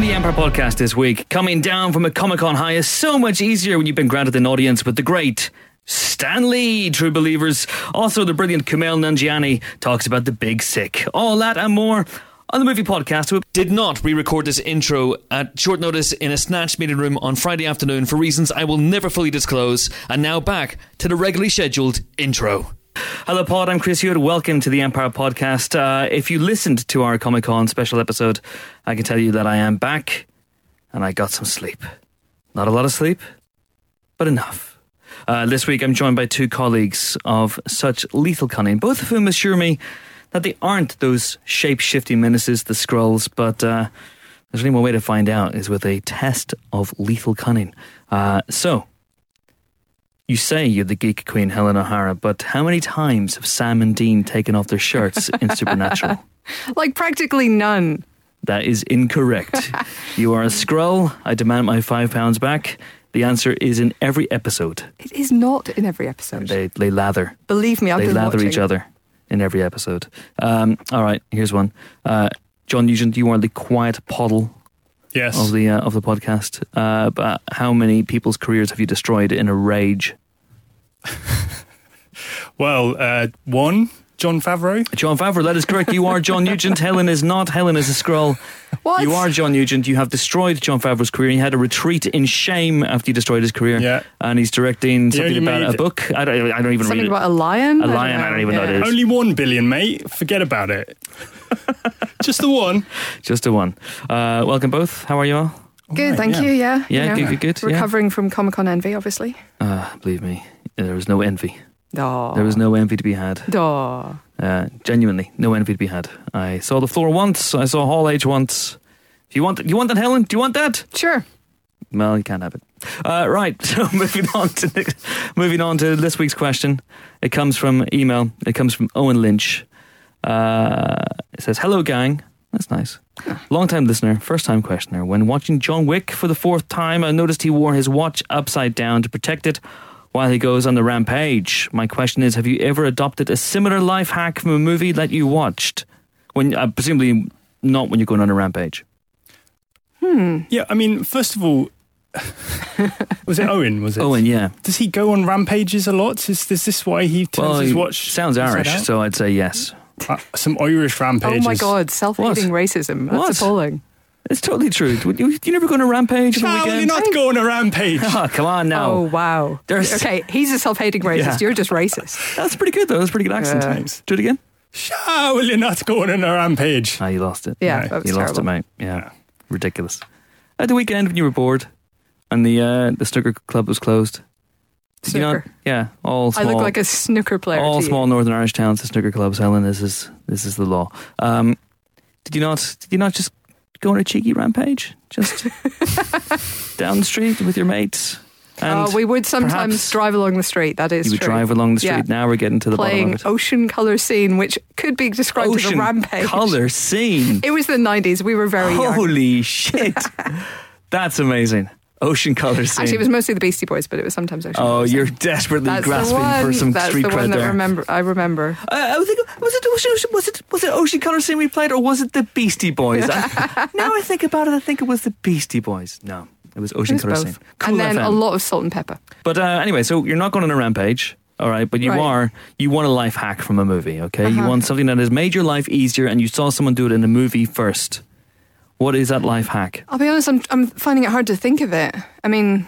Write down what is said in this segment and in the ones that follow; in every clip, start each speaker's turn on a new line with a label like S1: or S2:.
S1: podcast this week. Coming down from a Comic Con high is so much easier when you've been granted an audience with the great Stan Lee, true believers. Also, the brilliant Kumail Nanjiani talks about the big sick. All that and more on the movie podcast. with
S2: Did not re record this intro at short notice in a snatched meeting room on Friday afternoon for reasons I will never fully disclose. And now back to the regularly scheduled intro.
S1: Hello, Pod. I'm Chris Hewitt. Welcome to the Empire Podcast. Uh, if you listened to our Comic Con special episode, I can tell you that I am back and I got some sleep. Not a lot of sleep, but enough. Uh, this week, I'm joined by two colleagues of such lethal cunning, both of whom assure me that they aren't those shape shifting menaces, the Skrulls, but uh, there's only one way to find out is with a test of lethal cunning. Uh, so, you say you're the geek queen, Helen O'Hara, but how many times have Sam and Dean taken off their shirts in Supernatural?
S3: Like practically none.
S1: That is incorrect. you are a Skrull. I demand my five pounds back. The answer is in every episode.
S3: It is not in every episode.
S1: They, they lather.
S3: Believe me, I've
S1: they
S3: been
S1: lather
S3: watching.
S1: each other in every episode. Um, all right, here's one. Uh, John Nugent, you are the quiet puddle
S4: Yes.
S1: of the uh, of the podcast. Uh, but how many people's careers have you destroyed in a rage?
S4: well, uh, one, John Favreau.
S1: John Favreau, that is correct. You are John Nugent. Helen is not. Helen is a scroll.
S3: What?
S1: You are John Nugent. You have destroyed John Favreau's career. He had a retreat in shame after you destroyed his career.
S4: Yeah.
S1: And he's directing something
S4: only
S1: about
S4: made-
S1: a book. I don't, I don't even
S3: Something
S1: read
S3: about a lion?
S1: A lion, I don't even know what it is.
S4: Only one billion, mate. Forget about it. Just the one.
S1: it. Just a one. Uh, welcome both. How are you all?
S3: Good,
S4: Right,
S3: thank
S4: yeah.
S3: you, yeah.
S1: Yeah,
S3: you
S1: good, good, good, yeah.
S3: Recovering from Comic Con envy, obviously.
S1: Uh, believe me, there was no envy.
S3: Duh.
S1: There was no envy to be had.
S3: Duh.
S1: Uh, genuinely, no envy to be had. I saw the floor once. I saw Hall H once. If you want, you want that, Helen? Do you want that?
S3: Sure.
S1: Well, you can't have it. Uh, right. So moving on to moving on to this week's question. It comes from email. It comes from Owen Lynch. Uh, it says, "Hello, gang. That's nice. Long time listener, first time questioner. When watching John Wick for the fourth time, I noticed he wore his watch upside down to protect it." While he goes on the rampage, my question is: Have you ever adopted a similar life hack from a movie that you watched? When uh, presumably not when you're going on a rampage.
S4: Yeah, I mean, first of all, was it Owen? Was it?
S1: Owen, yeah.
S4: Does he go on rampages a lot? Is, is this why he turns his
S1: it
S4: watch?
S1: sounds
S4: upside
S1: Irish,
S4: down?
S1: so I'd say yes.
S4: Uh, some Irish rampages.
S3: Oh my God, self hating racism. That's
S1: What?
S3: appalling.
S1: It's totally true. Would You, you never go on a rampage on the
S4: How will you
S1: weekend?
S4: not go on a rampage?
S1: Oh, come on now.
S3: Oh, wow.
S1: There's-
S3: Okay, he's a self hating racist.
S1: Yeah.
S3: You're just racist.
S1: That's pretty good, though. That's a pretty good accent.
S3: Yeah.
S4: Thanks.
S1: Do it again.
S4: How will you not go on a rampage?
S1: Ah, you lost it.
S3: Yeah,
S4: No,
S3: that was
S1: you
S3: terrible.
S1: lost it, mate. Yeah. Ridiculous. At the weekend when you were bored and the uh, the snooker club was closed. Did you not?
S3: Snooker.
S1: Yeah, all
S3: I
S1: small.
S3: look like a snooker player.
S1: all
S3: to you.
S1: small Northern Irish towns, the snooker clubs. Helen, this is this is the law. Um, did you not? Did you not just go on a cheeky rampage, just down the street with your mates? And
S3: Oh, we would
S1: perhaps
S3: sometimes drive along the street. That is
S1: you would
S3: true.
S1: drive along the street.
S3: Yeah.
S1: Now we're getting to the
S3: playing
S1: bottom of
S3: ocean color scene, which could be
S1: it.
S3: described as a rampage.
S1: color scene.
S3: It was the 90s. We were very young.
S1: Holy shit, that's amazing. Ocean color scene.
S3: Actually, it was mostly the Beastie Boys, but it was sometimes ocean.
S1: Oh,
S3: Colour Scene.
S1: you're desperately
S3: That's the
S1: grasping
S3: one-
S1: for some
S3: that's
S1: street
S3: the
S1: cred
S3: one that
S1: there.
S3: remember, I remember.
S1: Uh, I, I was thinking, was it was it was it was it Ocean Colour Scene we played, or was it the Beastie Boys? I, now I think about it, I think it was the Beastie Boys. No, it was
S3: It
S1: Ocean
S3: was
S1: Colour
S3: both.
S1: Scene. Cool
S3: and then
S1: FM.
S3: a lot of salt and pepper.
S1: but uh, anyway, so you're not going on a rampage. All right, but you
S3: Right.
S1: are you want a life hack from a movie, okay? You
S3: Uh-huh.
S1: want something that has made your life easier, and you saw someone do it in a movie first. What is that life hack?
S3: I'll be honest, I'm, I'm finding it hard to think of it. I mean,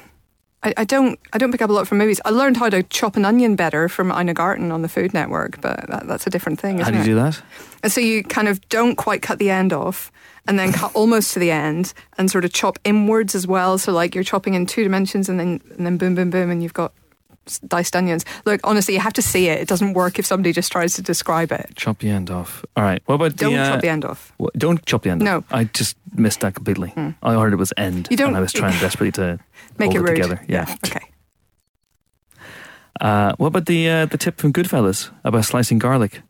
S3: I, I don't I don't pick up a lot from movies. I learned how to chop an onion better from Ina Garten on the Food Network, but that, that's a different thing,
S1: How
S3: isn't
S1: do you
S3: it?
S1: do that?
S3: And so you kind of don't quite cut the end off and then cut almost to the end and sort of chop inwards as well. So like you're chopping in two dimensions and then and then boom, boom, boom, and you've got s- diced onions. Look, honestly, you have to see it. It doesn't work if somebody just tries to describe it.
S1: Chop the end off. All right. What about
S3: Don't
S1: the? uh,
S3: chop the end off.
S1: wh- don't chop the end.
S3: No. Hmm.
S1: off. I just missed that completely. I heard it was end,
S3: You don't-
S1: and I was trying desperately to
S3: Make
S1: hold
S3: it rude.
S1: together. Yeah.
S3: Okay.
S1: Uh, what about the uh, the tip from Goodfellas about slicing garlic?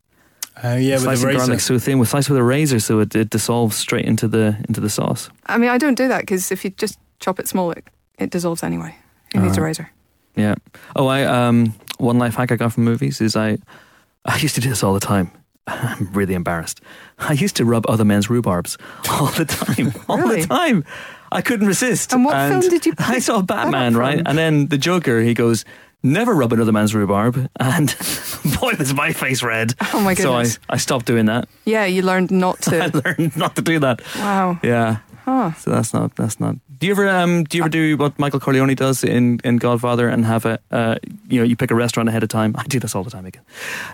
S4: Oh yeah, with the
S1: slicing
S4: razor.
S1: garlic so thin, with slice with a razor, so it, it dissolves straight into the into the sauce.
S3: I mean, I don't do that because if you just chop it small, it, it dissolves anyway. Who needs a razor?
S1: Yeah. Oh, I um one life hack I got from movies is I I used to do this all the time. I'm really embarrassed. I used to rub other men's rhubarbs all the time, all
S3: Really?
S1: the time. I couldn't resist.
S3: And what film did you
S1: I
S3: pick
S1: saw Batman,
S3: that up
S1: right?
S3: from?
S1: And then the Joker, he goes, never rub another man's rhubarb. And boy, was my face red.
S3: Oh my goodness.
S1: So I, I stopped doing that.
S3: Yeah, you learned not
S1: I
S3: to.
S1: learned not to do that.
S3: wow.
S1: Yeah.
S3: Huh.
S1: So that's not that's not. Do you ever um do you ever do what Michael Corleone does in in Godfather and have a uh you know you pick a restaurant ahead of time? I do this all the time again.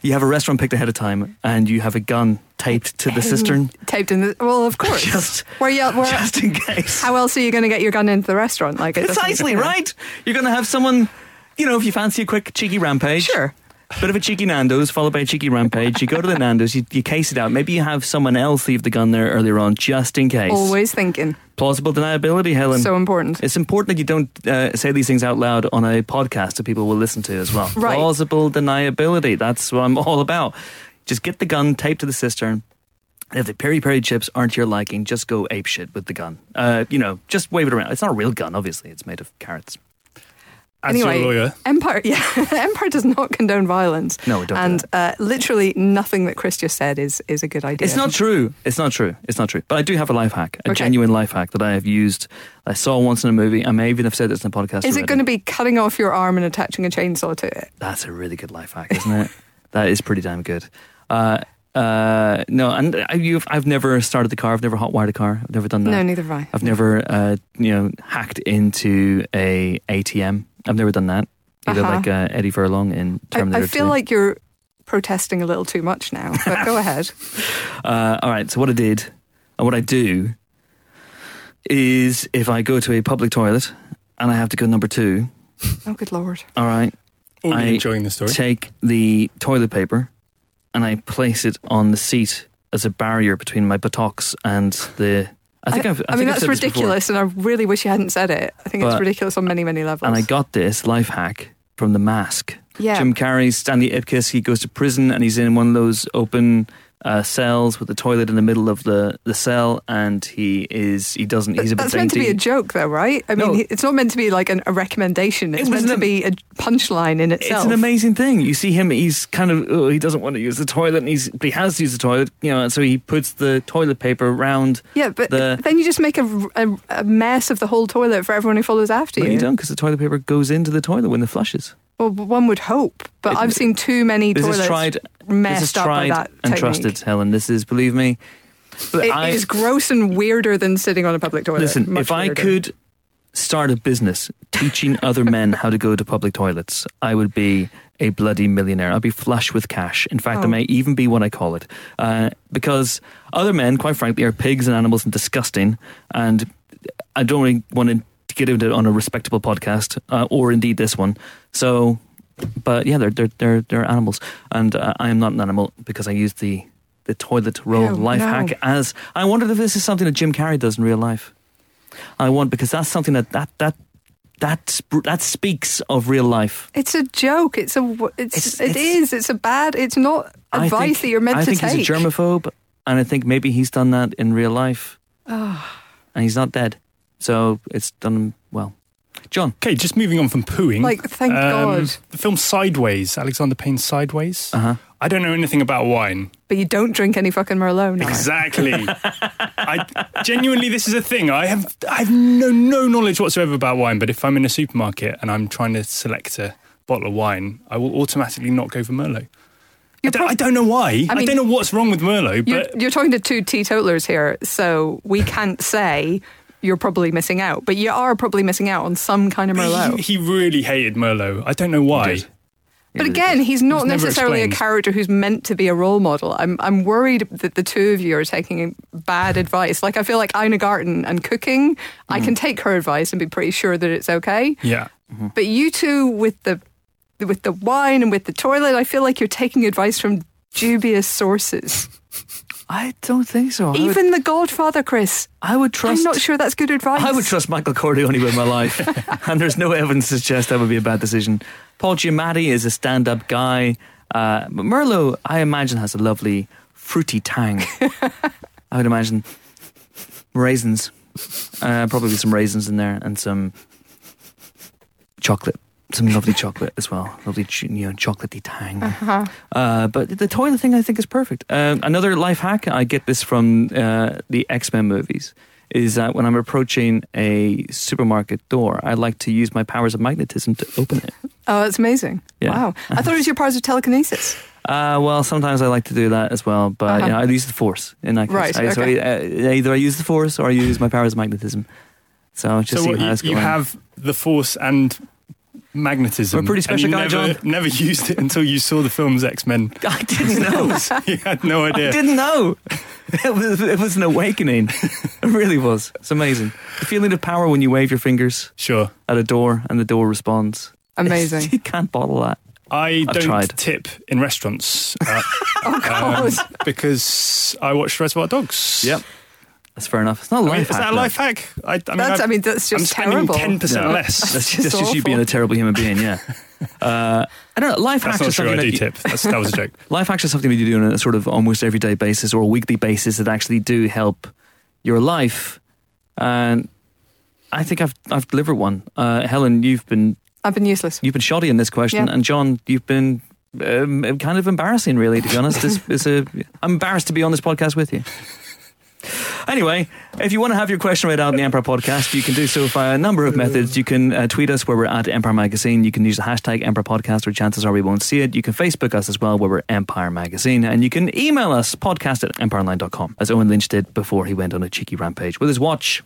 S1: You have a restaurant picked ahead of time and you have a gun taped to the cistern
S3: Taped in the. Well, of course.
S1: Just-
S3: where you, where,
S1: just in case.
S3: how else are you going to get your gun into the restaurant? Like it doesn't-
S1: Precisely
S3: yeah.
S1: right. You're going to have someone. You know, if you fancy a quick cheeky rampage,
S3: Sure.
S1: Bit of a cheeky Nando's, followed by a cheeky rampage. You go to the Nando's, you, you case it out. Maybe you have someone else leave the gun there earlier on, just in case.
S3: Always thinking.
S1: Plausible deniability, Helen.
S3: So important.
S1: It's important that you don't uh, say these things out loud on a podcast that people will listen to as well.
S3: Right.
S1: Plausible deniability. That's what I'm all about. Just get the gun taped to the cistern. If the peri peri chips aren't your liking, just go ape shit with the gun. Uh, you know, just wave it around. It's not a real gun, obviously. It's made of carrots.
S4: As
S3: anyway,
S4: your lawyer,
S3: Empire, yeah, Empire does not condone violence.
S1: No, it don't do
S3: And uh, literally nothing that Chris just said is is a good idea.
S1: It's not true. It's not true. It's not true. But I do have a life hack, a
S3: Okay.
S1: genuine life hack that I have used. I saw once in a movie. I may even have said this in a podcast.
S3: Is it
S1: already.
S3: going to be cutting off your arm and attaching a chainsaw to it?
S1: That's a really good life hack, isn't it? that is pretty damn good. Uh, uh, no, and I- you've, I've never started the car. I've never hotwired a car. I've never done that.
S3: No, neither have I.
S1: I've never, uh, you know, hacked into a ATM. I've never done that. Either
S3: Uh-huh.
S1: like uh, Eddie Furlong in
S3: I,
S1: Terminator
S3: I feel
S1: 2.
S3: like you're protesting a little too much now, but go ahead.
S1: Uh, all right. So what I did and what I do is if I go to a public toilet and I have to go number two,
S3: Oh, good lord.
S1: all right, I-
S4: already enjoying the story.
S1: take the toilet paper and I place it on the seat as a barrier between my buttocks and the. I think I, have I,
S3: mean,
S1: think I've
S3: that's
S1: said this before.
S3: ridiculous, and I really wish you hadn't said it. I think
S1: But-
S3: it's ridiculous on many, many levels.
S1: And I got this life hack from The Mask.
S3: yeah.
S1: Jim Carrey's Stanley Ipkiss. He goes to prison and he's in one of those open uh, cells with the toilet in the middle of the, the cell, and he is he doesn't. He's a bit
S3: That's meant to be
S1: dainty.
S3: a joke, though, right? I mean,
S1: No.
S3: he- it's not meant to be like an, a recommendation. It's
S1: It was
S3: meant to
S1: an-
S3: be a punchline in
S1: It's
S3: itself.
S1: an amazing thing. You see him; he's kind of oh, he doesn't want to use the toilet, and he's but he has to use the toilet, you know. And so he puts the toilet paper around.
S3: yeah, but
S1: the-
S3: then you just make a, a, a mess of the whole toilet for everyone who follows after
S1: But
S3: you.
S1: you don't, because the toilet paper goes into the toilet when it flushes.
S3: Well, one would hope, but
S1: It-
S3: I've seen too many
S1: This
S3: toilets
S1: is tried, this is
S3: messed up by
S1: tried
S3: that
S1: and
S3: technique.
S1: trusted, Helen. This is, believe me. But
S3: It-
S1: I-
S3: it is gross and weirder than sitting on a public toilet.
S1: Listen,
S3: Much
S1: if I
S3: weirder.
S1: could start a business teaching other men how to go to public toilets, I would be a bloody millionaire. I'd be flush with cash. In fact, I
S3: Oh.
S1: may even be what I call it. Uh, because other men, quite frankly, are pigs and animals and disgusting. And I don't really want to get into it on a respectable podcast uh, or indeed this one. So. But yeah, they're they're they're, they're animals, and uh, I am not an animal because I used the the toilet roll
S3: Ew,
S1: life
S3: no.
S1: hack as I wondered if this is something that Jim Carrey does in real life. I want because that's something that that that that, sp- that speaks of real life.
S3: It's a joke. It's a. w- It's,
S1: It's-
S3: it's
S1: it's-
S3: it is. It's a bad. It's not
S1: I
S3: advice
S1: think-
S3: that you're
S1: I
S3: meant to
S1: think
S3: take.
S1: he's a germaphobe, and I think maybe he's done that in real life, and he's not dead, so it's done him well. John,
S4: Okay, just moving on from pooing. Um,
S3: Like, thank God.
S4: The film Sideways, Alexander Payne's Sideways.
S1: Uh-huh.
S4: I don't know anything about wine.
S3: But you don't drink any fucking Merlot now.
S4: Exactly. I genuinely, this is a thing. I have, I have no, no knowledge whatsoever about wine. But if I'm in a supermarket and I'm trying to select a bottle of wine, I will automatically not go for Merlot. I
S3: You're
S4: don't, I don't know why. I,
S3: mean-
S4: don't know what's wrong with Merlot,
S3: You're,
S4: but
S3: you're talking to two teetotalers here, so we can't say you're probably missing out. But you are probably missing out on some kind of Merlot.
S4: he, he really hated Merlot. I don't know why.
S1: did.
S3: But again, he's not
S4: It's never
S3: necessarily
S4: explained.
S3: a character who's meant to be a role model. I'm I'm worried that the two of you are taking bad advice. Like I feel like Ina Garten and cooking,
S1: Mm.
S3: I can take her advice and be pretty sure that it's okay.
S4: Yeah.
S3: But you two with the with the wine and with the toilet, I feel like you're taking advice from dubious sources.
S1: I don't think so. I would,
S3: Even the Godfather, Chris.
S1: I would trust.
S3: I'm not sure that's good advice.
S1: I would trust Michael Corleone with my life, and there's no evidence to suggest that would be a bad decision. Paul Giamatti is a stand-up guy, uh, but Merlot, I imagine, has a lovely fruity tang. I would imagine raisins, uh, probably some raisins in there, and some chocolate, some lovely chocolate as well, lovely ch- you know chocolatey tang.
S3: Uh-huh.
S1: Uh, but the toilet thing I think is perfect. Um another life hack I get this from uh, the X Men uh, movies is that when I'm approaching a supermarket door, I like to use my powers of magnetism to open it.
S3: Oh, that's amazing.
S1: Yeah.
S3: Wow. I thought it was your powers of telekinesis.
S1: Uh, well, sometimes I like to do that as well, but
S3: Uh-huh.
S1: you know, I use the force in that case.
S3: Right,
S1: I, so
S3: okay.
S1: I, uh, either I use the force or I use my powers of magnetism. So just
S4: So
S1: see
S4: what,
S1: how
S4: you,
S1: that's
S4: you
S1: going.
S4: have the force and magnetism.
S1: We're a pretty
S4: and
S1: special
S4: you
S1: guy,
S4: never,
S1: John.
S4: Never used it until you saw the films X Men.
S1: I didn't know.
S4: you had no
S1: I
S4: idea.
S1: didn't know. It was, it was an awakening. It really was. It's amazing. The feeling of power when you wave your fingers
S4: Sure.
S1: at a door and the door responds.
S3: Amazing.
S1: you can't bottle that.
S4: I
S1: I've
S4: don't
S1: tried. Oh,
S4: tip in restaurants uh, um, because I watched Reservoir Dogs.
S1: Yep. That's fair enough. It's not a
S4: I mean,
S1: life
S4: is
S1: hack,
S4: that a
S1: though.
S4: life hack? I, I mean,
S3: that's,
S4: I've-
S3: I mean, that's
S4: I'm
S3: just
S4: spending
S3: terrible.
S4: ten percent
S1: No.
S4: less.
S1: That's
S3: It's
S1: just, just you
S3: awful.
S1: being a terrible human being, yeah. Uh, I don't know. Life
S4: That's
S1: hacks
S4: not
S1: are
S4: true. I
S1: something that
S4: do
S1: you-
S4: tip. That's, that was a joke.
S1: life hacks are something that you do on a sort of almost everyday basis or a weekly basis that actually do help your life. And I think I've I've delivered one. Uh, Helen, you've been
S3: I've been useless.
S1: you've been shoddy in this question,
S3: Yeah.
S1: and John, you've been um, kind of embarrassing, really. To be honest, it's, it's a I'm embarrassed to be on this podcast with you. Anyway, if you want to have your question read out in the Empire Podcast, you can do so via a number of methods. You can uh, tweet us where we're at Empire Magazine. You can use the hashtag Empire Podcast, or chances are we won't see it. You can Facebook us as well, where we're Empire Magazine. And you can email us, podcast at empireonline.com, as Owen Lynch did before he went on a cheeky rampage with his watch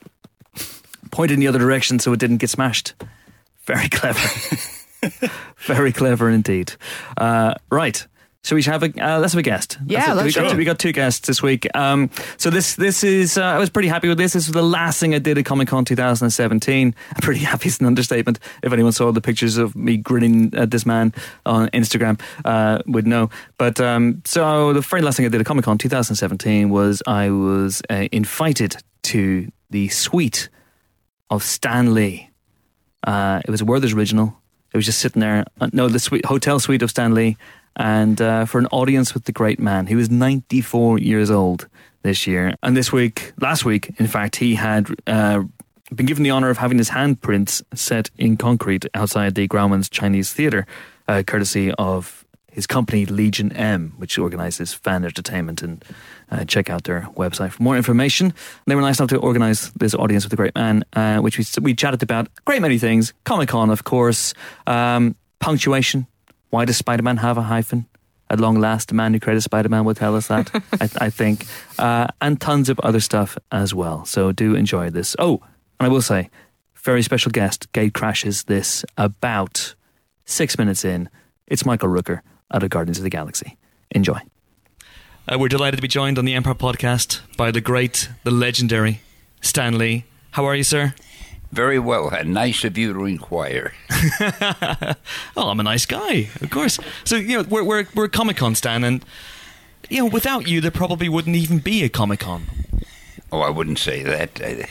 S1: pointed in the other direction so it didn't get smashed. Very clever. Very clever indeed. Uh, right. So we should have a uh, let's have a guest.
S3: Yeah,
S1: That's it. we,
S3: let's
S1: got,
S3: do it.
S1: we got two guests this week. Um, so this this is uh, I was pretty happy with this. This was the last thing I did at Comic Con 2017. I'm pretty happy is an understatement. If anyone saw the pictures of me grinning at this man on Instagram, uh, would know. But um, so the very last thing I did at Comic Con 2017 was I was uh, invited to the suite of Stan Lee. Uh, it was a Werther's original. It was just sitting there. uh, No, the suite, hotel suite of Stan Lee, and uh, for an audience with the great man. He was 94 years old this year, and this week, last week, in fact, he had. Uh, been given the honor of having his handprints set in concrete outside the Grauman's Chinese Theatre, uh, courtesy of his company Legion M, which organises fan entertainment, and uh, check out their website for more information. And they were nice enough to organise this audience with the great man, uh, which we we chatted about a great many things, Comic Con, of course, um, punctuation. Why does Spider Man have a hyphen? At long last, the man who created Spider Man will tell us that, I, I think, uh, and tons of other stuff as well. So do enjoy this. Oh, and I will say, very special guest, Gate crashes this about six minutes in. It's Michael Rooker out of Guardians of the Galaxy. Enjoy. Uh, we're delighted to be joined on the Empire podcast by the great, the legendary Stan Lee. How are you, sir?
S5: Very well, and nice of you to inquire.
S1: Oh, I'm a nice guy, of course. So, you know, we're, we're, we're Comic Con, Stan, and, you know, without you, there probably wouldn't even be a Comic Con.
S5: Oh, I wouldn't say that. I-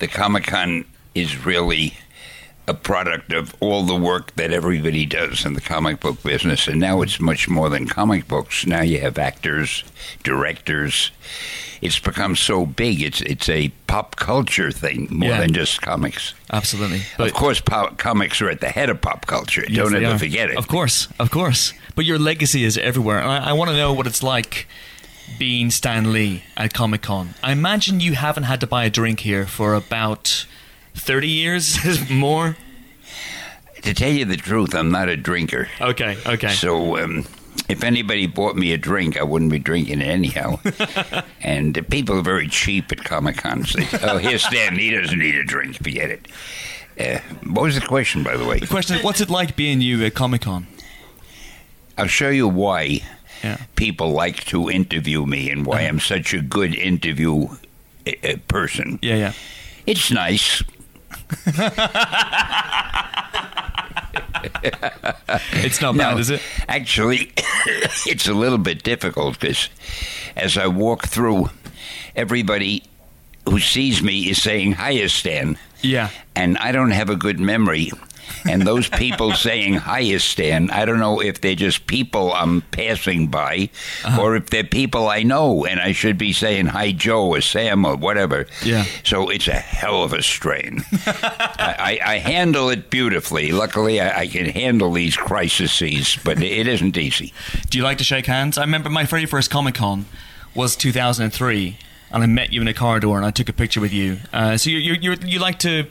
S5: The Comic Con is really a product of all the work that everybody does in the comic book business, and now it's much more than comic books. Now you have actors, directors. It's become so big. It's it's a pop culture thing more
S1: Yeah.
S5: than just comics.
S1: Absolutely.
S5: of course, pop, comics are at the head of pop culture.
S1: Yes,
S5: Don't
S1: they
S5: ever
S1: are.
S5: forget it.
S6: Of course, of course. But your legacy is everywhere, and I, I want to know what it's like being Stan Lee at Comic Con. I imagine you haven't had to buy a drink here for about thirty years more.
S5: To tell you the truth, I'm not a drinker.
S6: Okay, okay.
S5: So, um, if anybody bought me a drink, I wouldn't be drinking it anyhow. and the people are very cheap at Comic Cons. They say, oh, here's Stan. He doesn't need a drink. Forget it. Uh, what was the question, by the way?
S6: the question is, what's it like being you at Comic Con?
S5: I'll show you why
S6: Yeah.
S5: people like to interview me and why I'm such a good interview uh, uh, person.
S6: Yeah, yeah.
S5: It's nice.
S6: It's not bad, is it?
S5: Actually, it's a little bit difficult because as I walk through, everybody who sees me is saying, Hiya, Stan.
S6: Yeah.
S5: And I don't have a good memory. And those people saying, Hiya, Stan, I don't know if they're just people I'm passing by or if they're people I know and I should be saying, Hi, Joe or Sam or whatever.
S6: Yeah.
S5: So it's a hell of a strain. I, I, I handle it beautifully. Luckily, I, I can handle these crises, but it isn't easy.
S6: Do you like to shake hands? I remember my very first Comic Con was 2003,
S1: and I met you in a corridor and I took a picture with you. Uh, so you you you you like to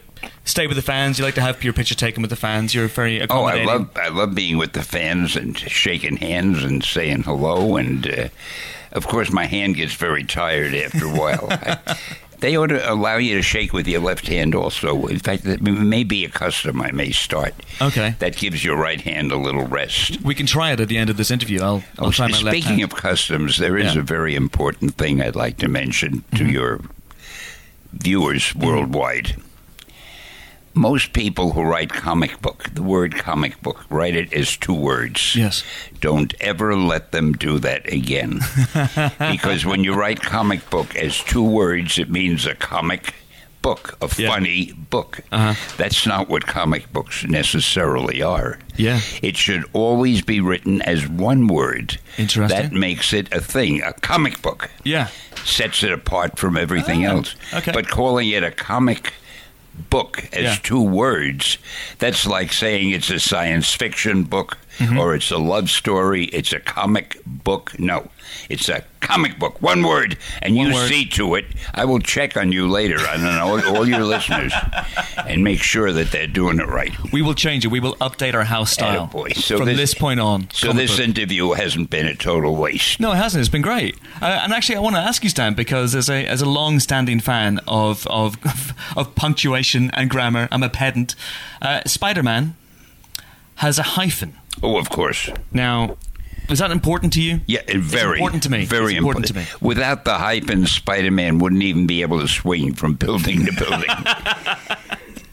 S1: stay with the fans. You like to have your picture taken with the fans. You're very
S5: Oh, I
S1: accommodating.
S5: love I love being with the fans and shaking hands and saying hello. And uh, of course, my hand gets very tired after a while. I, they ought to allow you to shake with your left hand also. In fact, that may be a custom I may start.
S1: Okay.
S5: That gives your right hand a little rest.
S1: We can try it at the end of this interview. I'll I'll try my left
S5: Oh, Speaking
S1: hand.
S5: of customs, there is
S1: Yeah. Mm-hmm.
S5: a very important thing I'd like to mention to your viewers worldwide. Most people who write comic book, the word comic book, write it as two words.
S1: yes.
S5: Don't ever let them do that again. because when you write comic book as two words, it means a comic book, a
S1: Yeah.
S5: funny book.
S1: Uh-huh.
S5: That's not what comic books necessarily are.
S1: Yeah.
S5: It should always be written as one word.
S1: Interesting.
S5: That makes it a thing, a comic book.
S1: Yeah.
S5: Sets it apart from everything else.
S1: Ah, okay.
S5: But calling it a comic book as
S1: Yeah.
S5: two words, that's like saying it's a science fiction book
S1: Mm-hmm.
S5: or it's a love story, it's a comic book. No, it's a comic book. One word, and
S1: One
S5: you
S1: word.
S5: see to it. I will check on you later, on all, all your listeners, and make sure that they're doing it right.
S1: We will change it. We will update our house style
S5: Attaboy. Oh, So
S1: Oh, from this,
S5: this-
S1: point on.
S5: So
S1: comic
S5: this
S1: book.
S5: interview hasn't been a total waste.
S1: No, it hasn't. It's been great. Uh, and actually, I want to ask you, Stan, because as a as a long-standing fan of of of punctuation and grammar, I'm a pedant. Uh, Spider-Man has a hyphen.
S5: Oh, of course.
S1: Now, is that important to you?
S5: Yeah, it- very
S1: important to me.
S5: Very
S1: It's important
S5: impor-
S1: to
S5: Without the hype, and Spider-Man wouldn't even be able to swing from building to building.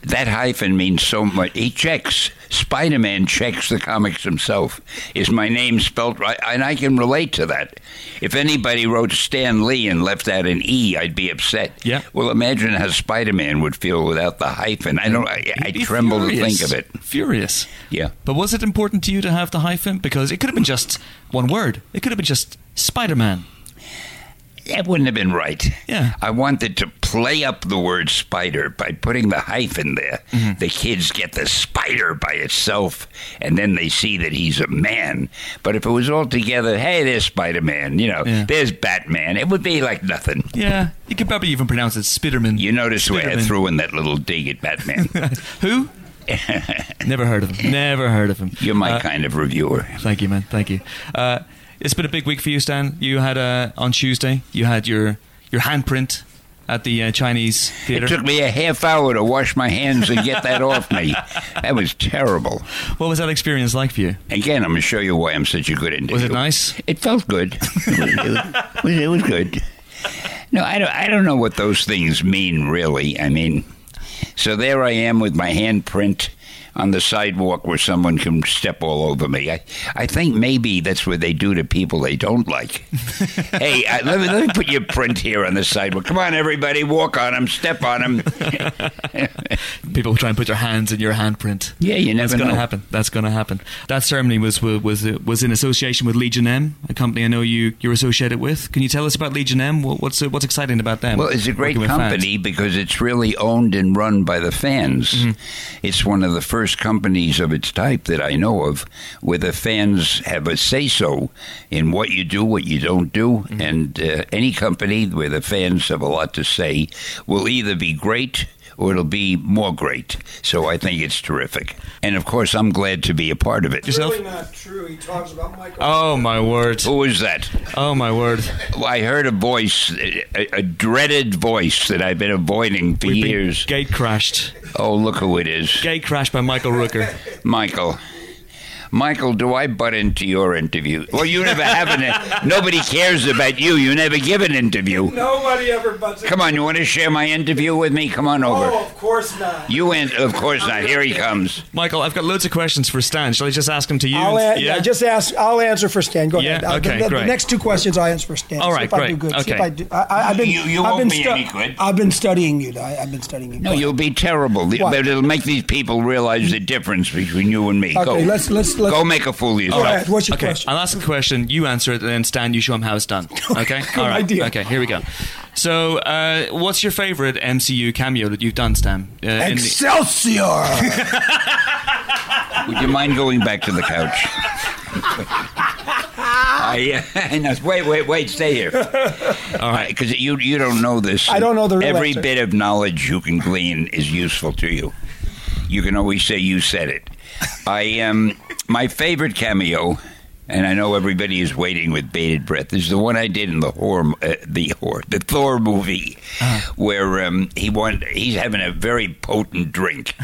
S5: that hyphen means so much. He checks. Spider-Man checks the comics himself. Is my name spelt right? And I can relate to that. If anybody wrote Stan Lee and left out an E, I'd be upset.
S1: Yeah.
S5: Well, imagine how Spider-Man would feel without the hyphen. I don't. I, I
S1: You'd be
S5: tremble
S1: furious.
S5: to think of it.
S1: Furious.
S5: Yeah.
S1: But was it important to you to have the hyphen? Because it could have been just one word. It could have been just Spider-Man.
S5: That wouldn't have been right.
S1: Yeah.
S5: I wanted to play up the word spider by putting the hyphen there.
S1: Mm-hmm.
S5: The kids get the spider by itself, and then they see that he's a man. But if it was all together, hey, there's Spider Man, you know,
S1: Yeah.
S5: there's Batman, it would be like nothing.
S1: Yeah, you could probably even pronounce it Spiderman.
S5: You notice where I
S1: Spiderman.
S5: threw in that little dig at Batman.
S1: Who? Never heard of him. Never heard of him.
S5: You're my
S1: Uh,
S5: kind of reviewer.
S1: Thank you, man. Thank you. Uh, it's been a big week for you, Stan. You had uh, on Tuesday. You had your your handprint at the uh, Chinese
S5: It
S1: theater.
S5: took me a half hour to wash my hands and get that off me. That was terrible.
S1: what was that experience like for you?
S5: Again, I'm going to show you why I'm such a good individual.
S1: Was it nice?
S5: It felt good. it, was, it was good. No, I don't. I don't know what those things mean, really. I mean, so there I am with my handprint on the sidewalk where someone can step all over me. I, I think maybe that's what they do to people they don't like. hey, I, let me let me put your print here on the sidewalk. Come on, everybody, walk on them, step on them.
S1: People try and put their hands in your handprint.
S5: Yeah, you never
S1: That's going
S5: know.
S1: to happen. That's going to happen. That ceremony was was was, uh, was in association with Legion M, a company I know you you're associated with. Can you tell us about Legion M? What, what's uh, what's exciting about them?
S5: Well, it's a great
S1: Working with fans.
S5: company because it's really owned and run by the fans.
S1: Mm-hmm.
S5: It's one of the first companies of its type that I know of where the fans have a say so in what you do, what you don't do.
S1: Mm-hmm.
S5: And uh, any company where the fans have a lot to say will either be great or it'll be more great. So I think it's terrific. And of course, I'm glad to be a part of it.
S1: Yourself?
S7: Really not true. He talks about Michael.
S1: Oh my word!
S5: Who is that?
S1: Oh my word!
S5: Well, I heard a voice, a, a dreaded voice that I've been avoiding for
S1: We've been
S5: years.
S1: gate crashed.
S5: Oh, look who it is.
S1: Gate crashed by Michael Rooker.
S5: Michael. Michael, do I butt into your interview? Well, you never have an. Nobody cares about you. You never give an interview.
S7: Nobody ever butts in.
S5: Come on, you want to share my interview with me? Come on
S7: Oh,
S5: over.
S7: of course not.
S5: You in? Of course not. Here he comes.
S1: Michael, I've got loads of questions for Stan. Shall I just ask them to you?
S7: I'll an- yeah. just ask. I'll answer for Stan. Go
S1: Yeah,
S7: ahead. I'll-
S1: okay,
S7: the, the
S1: great.
S7: next two questions I answer for Stan.
S1: All
S7: See
S1: right,
S7: if I do
S1: great,
S7: good. See if
S1: okay.
S7: I do. I, I, have been.
S5: You- you
S7: I've
S5: won't
S7: been
S5: be any good.
S7: I've been studying you. I, I've been studying you.
S5: No, you'll be terrible. The-
S7: What?
S5: But it'll make these people realize the difference between you and me.
S7: Okay,
S5: Go.
S7: let's- let's- let's-
S5: Go make a fool of
S7: Go
S5: yourself.
S7: ahead. What's your
S1: Okay,
S7: question?
S1: I'll ask the question, you answer it, and then Stan, you show him how it's done. Okay? All right.
S7: idea.
S1: Okay, here we go. So, uh, what's your favorite MCU cameo that you've done, Stan? Uh, in the-
S7: Excelsior!
S5: Would you mind going back to the couch? I, and I was, wait, wait, wait, stay here. All right, because you you don't know this.
S7: I don't know the real
S5: Every
S7: answer.
S5: bit of knowledge you can glean is useful to you. You can always say you said it. I um, my favorite cameo, and I know everybody is waiting with bated breath. Is the one I did in the horror, uh, the horror, the Thor movie,
S1: Uh-huh.
S5: where um, he want he's having a very potent drink,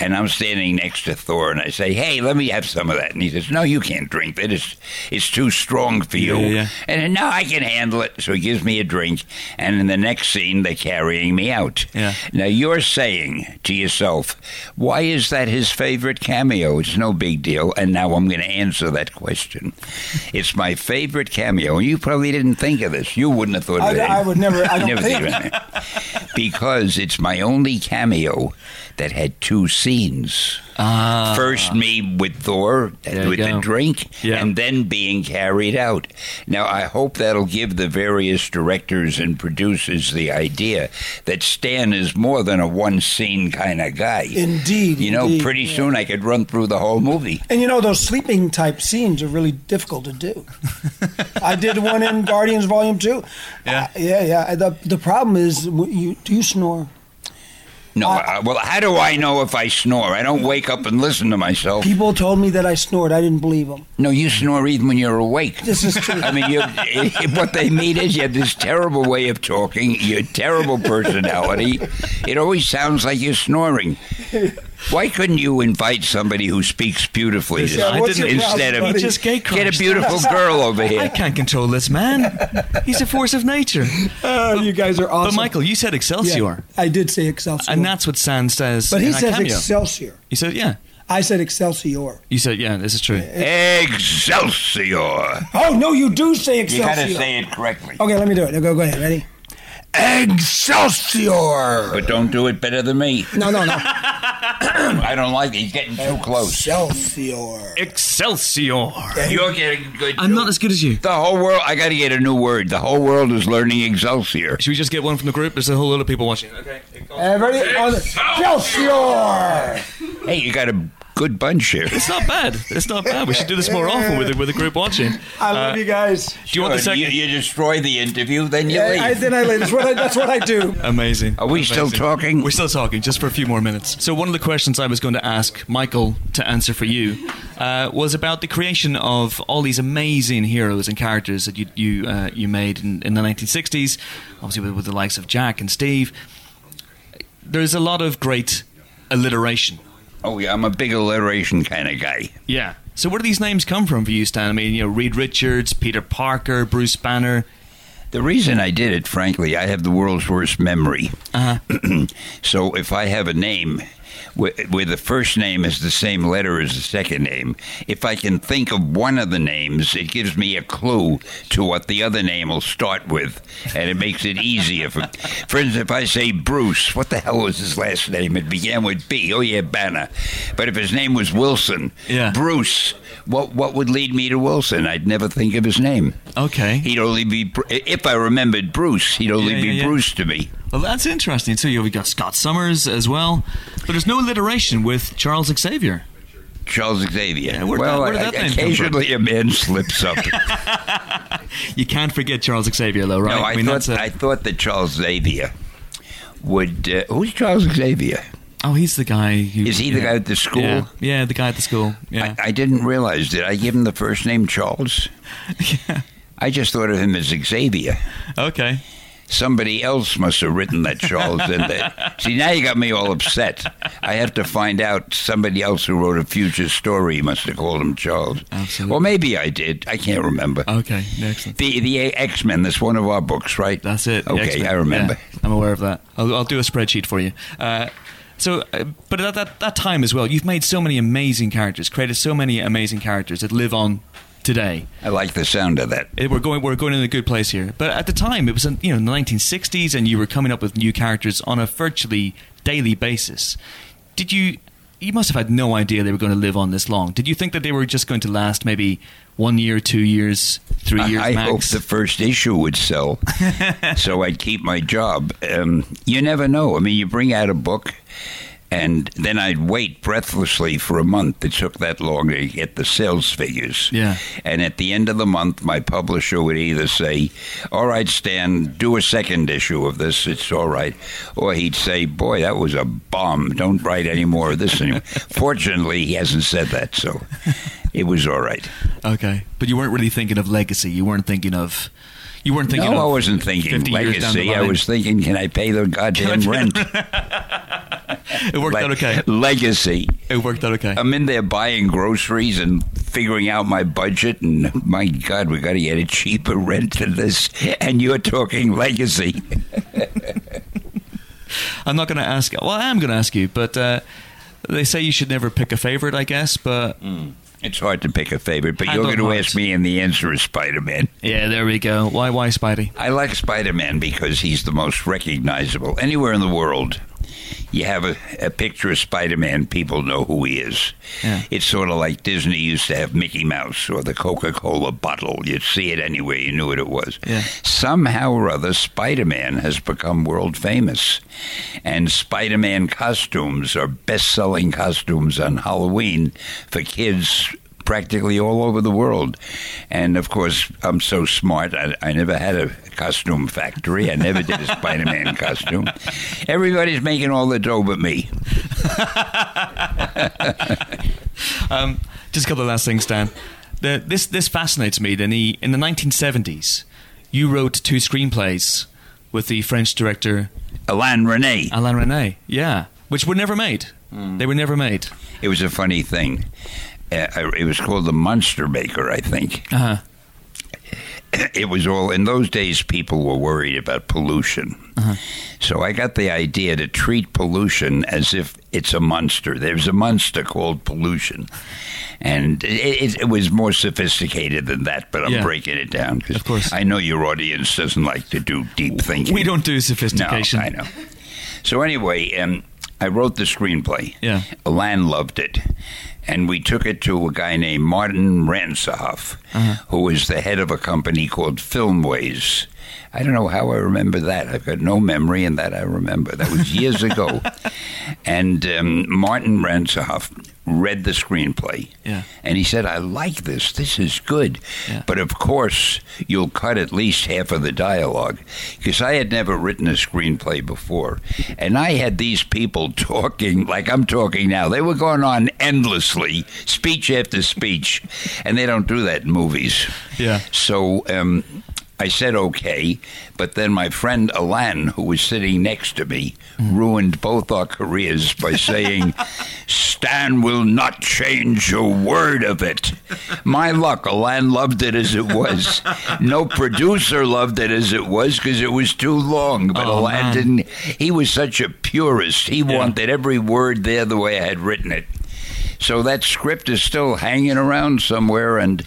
S5: and I'm standing next to Thor, and I say, "Hey, let me have some of that," and he says, "No, you can't drink that. It's it's too strong for you."
S1: Yeah, yeah, yeah.
S5: And no, I can handle it. So he gives me a drink, and in the next scene, they're carrying me out.
S1: Yeah.
S5: Now you're saying to yourself, why is that his favorite cameo? It's no big deal. And now I'm going to answer that question. it's my favorite cameo. You probably didn't think of this. You wouldn't have thought
S7: I,
S5: of it.
S7: I would never. I don't
S5: Never
S7: think.
S5: think of it. Because it's my only cameo that had two scenes.
S1: Ah.
S5: First, me with Thor
S1: you
S5: with the
S1: go.
S5: drink,
S1: Yeah.
S5: and then being carried out. Now, I hope that'll give the various directors and producers the idea that Stan is more than a one scene kind of guy.
S7: Indeed,
S5: You know,
S7: indeed,
S5: pretty
S7: yeah.
S5: soon I could run through the whole movie.
S7: And you know those sleeping type scenes are really difficult to do. I did one in Guardians Volume Two.
S1: Yeah.
S7: Uh, yeah, yeah. The the problem is, w- you do you snore?
S5: No,
S7: Uh,
S5: I, well, how do I know if I snore? I don't wake up and listen to myself.
S7: People told me that I snored. I didn't believe them.
S5: No, you snore even when you're awake.
S7: This is true.
S5: I mean, you, what they mean is you have this terrible way of talking, your terrible personality. It always sounds like you're snoring. Why couldn't you invite somebody who speaks beautifully to
S1: Yeah,
S5: speak
S1: what's your
S5: instead
S7: problem,
S5: of
S7: buddy?
S1: Just gay
S5: get
S1: crushed.
S5: a beautiful girl over
S1: I
S5: here?
S1: can't control this man. He's a force of nature.
S7: Oh, you guys are
S1: But
S7: awesome.
S1: Michael, you said
S7: Yeah,
S1: Excelsior,
S7: I did say Excelsior,
S1: and that's what Sand says.
S7: but
S1: in
S7: he
S1: that
S7: says
S1: cameo.
S7: Excelsior.
S1: You said yeah.
S7: I said Excelsior.
S1: You said yeah. This is true.
S5: Excelsior!
S7: Oh no, you do say
S5: You gotta
S7: Excelsior.
S5: say it correctly.
S7: okay, let me do it. Go go ahead. Ready?
S5: Excelsior! But don't do it better than me.
S7: No, no, no.
S5: I don't like it. He's getting too close.
S7: Excelsior.
S1: Excelsior.
S5: You're getting good.
S1: I'm not as good as you.
S5: The whole world. I gotta get a new word. The whole world is learning Excelsior.
S1: Should we just get one from the group? There's a whole lot of people watching. Okay.
S7: Everybody, Excelsior.
S5: Hey, you got a good bunch here.
S1: It's not bad. It's not bad. We should do this more often with a, with a group watching.
S7: I love
S1: Uh,
S7: you guys.
S1: Do you want the
S5: Good.
S1: second?
S5: You, you destroy the interview, then you leave.
S7: I, I, then I leave. That's what I, that's what I do.
S1: Amazing.
S5: Are we
S1: Amazing.
S5: still talking?
S1: We're still talking, just for a few more minutes. So, one of the questions I was going to ask Michael to answer for you uh, was about the creation of all these amazing heroes and characters that you you uh, you made in, in the 1960s, obviously with, with the likes of Jack and Steve. There's a lot of great alliteration.
S5: oh yeah, I'm a big alliteration kind of guy.
S1: Yeah. So, where do these names come from for you, Stan? I mean, you know, Reed Richards, Peter Parker, Bruce Banner.
S5: The reason I did it, frankly, I have the world's worst memory. so if I have a name where, where the first name is the same letter as the second name, if I can think of one of the names, it gives me a clue to what the other name will start with, and it makes it easier. For, for instance, if I say Bruce, what the hell was his last name? It began with B. Oh yeah, Banner. But if his name was Wilson,
S1: Yeah.
S5: Bruce. What what would lead me to Wilson? I'd never think of his name.
S1: Okay.
S5: He'd only be Bru- if I remembered Bruce. He'd only
S1: Yeah,
S5: be
S1: yeah, yeah.
S5: Bruce to me.
S1: Well, that's interesting. So you've got Scott Summers as well, but there's no alliteration with Charles Xavier.
S5: Charles Xavier.
S1: Yeah, where'd
S5: well,
S1: that- where'd
S5: I-
S1: that name come from?
S5: occasionally a man slips up.
S1: You can't forget Charles Xavier, though, right? uh,
S5: No, I, thought I thought that Charles Xavier would. Uh, who's Charles Xavier?
S1: oh, he's the guy. Who,
S5: Is he the
S1: yeah.
S5: guy at the school?
S1: Yeah, yeah, the guy at the school. Yeah,
S5: I, I didn't realize. Did I give him the first name Charles? I just thought of him as Xavier.
S1: okay.
S5: Somebody else must have written that Charles in there. See, now you got me all upset. I have to find out somebody else who wrote a future story must have called him Charles.
S1: Absolutely. Uh,
S5: Or maybe I did. I can't remember.
S1: Okay, excellent.
S5: the the X Men. That's one of our books, right?
S1: That's it. the
S5: Okay,
S1: X-Men.
S5: I remember.
S1: Yeah, I'm aware of that. I'll, I'll do a spreadsheet for you. Uh, so, uh, but at that, that time as well, you've made so many amazing characters, created so many amazing characters that live on today.
S5: I like the sound of that.
S1: it- Eh, we're going we're going in a good place here. But at the time, it was in, you know in the 1960s, and you were coming up with new characters on a virtually daily basis. Did you? You must have had no idea they were going to live on this long. Did you think that they were just going to last maybe one year, two years, three years
S5: I, I hope
S1: max?
S5: the first issue would sell, so I'd keep my job. Um, you never know. I mean, you bring out a book. And then I'd wait breathlessly for a month. It took that long to get the sales figures.
S1: Yeah.
S5: And at the end of the month, my publisher would either say, All right, Stan, do a second issue of this. It's all right. Or he'd say, Boy, that was a bomb. Don't write any more of this anymore. Fortunately, he hasn't said that. So it was all right.
S1: Okay, but you weren't really thinking of legacy. You weren't thinking of. You weren't thinking.
S5: no,
S1: of
S5: I wasn't thinking
S1: 50 years down the
S5: legacy. I
S1: line.
S5: was thinking, Can I pay the goddamn rent?
S1: It worked out
S5: Le-
S1: okay.
S5: Legacy.
S1: It worked out okay.
S5: I'm in there buying groceries and figuring out my budget, and my God, we got to get a cheaper rent than this. And you're talking legacy.
S1: I'm not going to ask. Well, I am going to ask you, but uh, they say you should never pick a favorite, I guess. But
S5: Mm. It's hard to pick a favorite, but
S1: I
S5: you're
S1: love
S5: going to
S1: Mars.
S5: ask me, and the answer is Spider Man.
S1: yeah, there we go. Why, why, Spidey?
S5: I like Spider Man because he's the most recognizable. Anywhere in the world, you have a, a picture of Spider Man, people know who he is.
S1: Yeah.
S5: It's sort of like Disney used to have Mickey Mouse or the Coca Cola bottle. You'd see it anywhere, you knew what it was.
S1: Yeah.
S5: Somehow or other, Spider Man has become world famous. And Spider Man costumes are best selling costumes on Halloween for kids practically all over the world. And of course, I'm so smart, I, I never had a costume factory. I never did a Spider Man costume. Everybody's making all the dough but me.
S1: Um, just a couple of last things, Dan. The, this this fascinates me. Then he in the 1970s, you wrote two screenplays with the French director
S5: Alain Rene.
S1: Alain René. Yeah, which were never made. They were never made.
S5: It was a funny thing. Uh, I- it was called the Monster Maker, I think.
S1: Uh huh.
S5: It was all in those days. People were worried about pollution,
S1: Uh-huh.
S5: so I got the idea to treat pollution as if it's a monster. There's a monster called pollution, and it, it, it was more sophisticated than that. But I'm
S1: Yeah.
S5: breaking it down because,
S1: Of course.
S5: I know your audience doesn't like to do deep thinking.
S1: We don't do sophistication.
S5: No, I know. So anyway, um, I wrote the screenplay.
S1: Yeah.
S5: Alan loved it. And we took it to a guy named Martin Ransahoff,
S1: Uh-huh.
S5: who is the head of a company called Filmways. I don't know how I remember that. I've got no memory in that I remember. That was years ago. And um, Martin Ransahoff read the screenplay.
S1: Yeah.
S5: And he said, I like this. This is good.
S1: Yeah.
S5: But of course, you'll cut at least half of the dialogue because I had never written a screenplay before. And I had these people talking like I'm talking now. They were going on endlessly, speech after speech. and they don't do that in movies.
S1: Yeah.
S5: So um, I said okay, but then my friend Alan, who was sitting next to me, ruined both our careers by saying, Stan will not change a word of it. My luck, Alan loved it as it was. No producer loved it as it was because it was too long, but
S1: Oh,
S5: Alan
S1: man.
S5: didn't. He was such a purist. He wanted every word there the way I had written it. So that script is still hanging around somewhere, and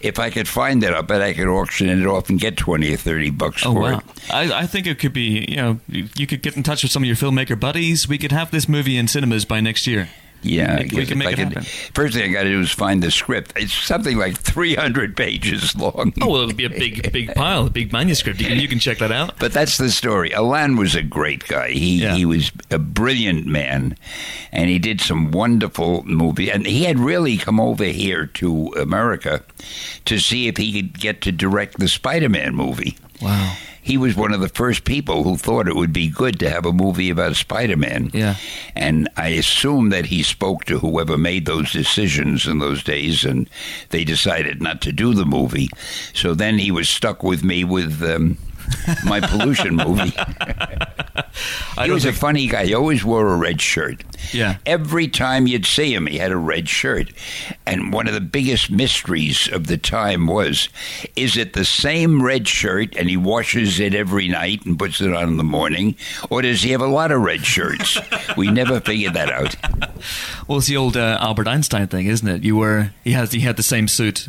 S5: if I could find it, I bet I could auction it off and get twenty or thirty bucks
S1: Oh
S5: for
S1: wow!
S5: it.
S1: I, I think it could be. You know, you you could get in touch with some of your filmmaker buddies. We could have this movie in cinemas by next year.
S5: Yeah,
S1: We-
S5: I
S1: we
S5: guess
S1: can
S5: if
S1: make
S5: I
S1: it
S5: could-
S1: happen.
S5: First thing I got to do is find the script. It's something like three hundred pages long.
S1: Oh well, it'll be a big, big pile, a big manuscript. You can, you can check that out.
S5: But that's the story. Alan was a great guy. He
S1: Yeah.
S5: he was a brilliant man, and he did some wonderful movie. And he had really come over here to America to see if he could get to direct the Spider-Man movie.
S1: Wow.
S5: He was one of the first people who thought it would be good to have a movie about Spider-Man.
S1: Yeah.
S5: And I assume that he spoke to whoever made those decisions in those days, and they decided not to do the movie. So then he was stuck with me with um, my pollution movie.
S1: I
S5: he
S1: don't
S5: was
S1: think,
S5: a funny guy. He always wore a red shirt.
S1: Yeah.
S5: Every time you'd see him, he had a red shirt. And one of the biggest mysteries of the time was is it the same red shirt and he washes it every night and puts it on in the morning? Or does he have a lot of red shirts? we never figured that out.
S1: well, it's the old uh, Albert Einstein thing, isn't it? You were he has he had the same suit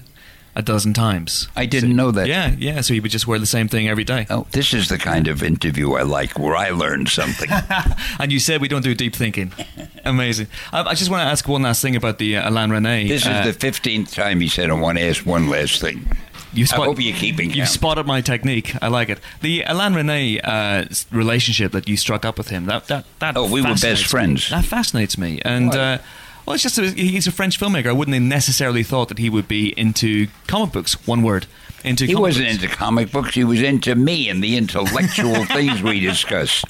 S1: a dozen times.
S5: I didn't know that.
S1: Yeah, yeah. So he would just wear the same thing every day.
S5: Oh, this is the kind of interview I like where I learn something.
S1: And you said we don't do deep thinking. Amazing. Um, I, I just want to ask one last thing about the uh, Alain René.
S5: This
S1: uh,
S5: is the 15th time he said, I want to ask one last thing.
S1: you spot,
S5: hope you're keeping
S1: You've
S5: count.
S1: spotted my technique. I like it. The Alain Rene uh, s- relationship that you struck up with him. That that that.
S5: Oh, we were best
S1: fascinates me.
S5: friends.
S1: That fascinates me. And uh, well, it's just a, he's a French filmmaker. I wouldn't have necessarily thought that he would be into comic books. One word into.
S5: He
S1: comic
S5: wasn't
S1: books.
S5: into comic books. He was into me and the intellectual things we discussed,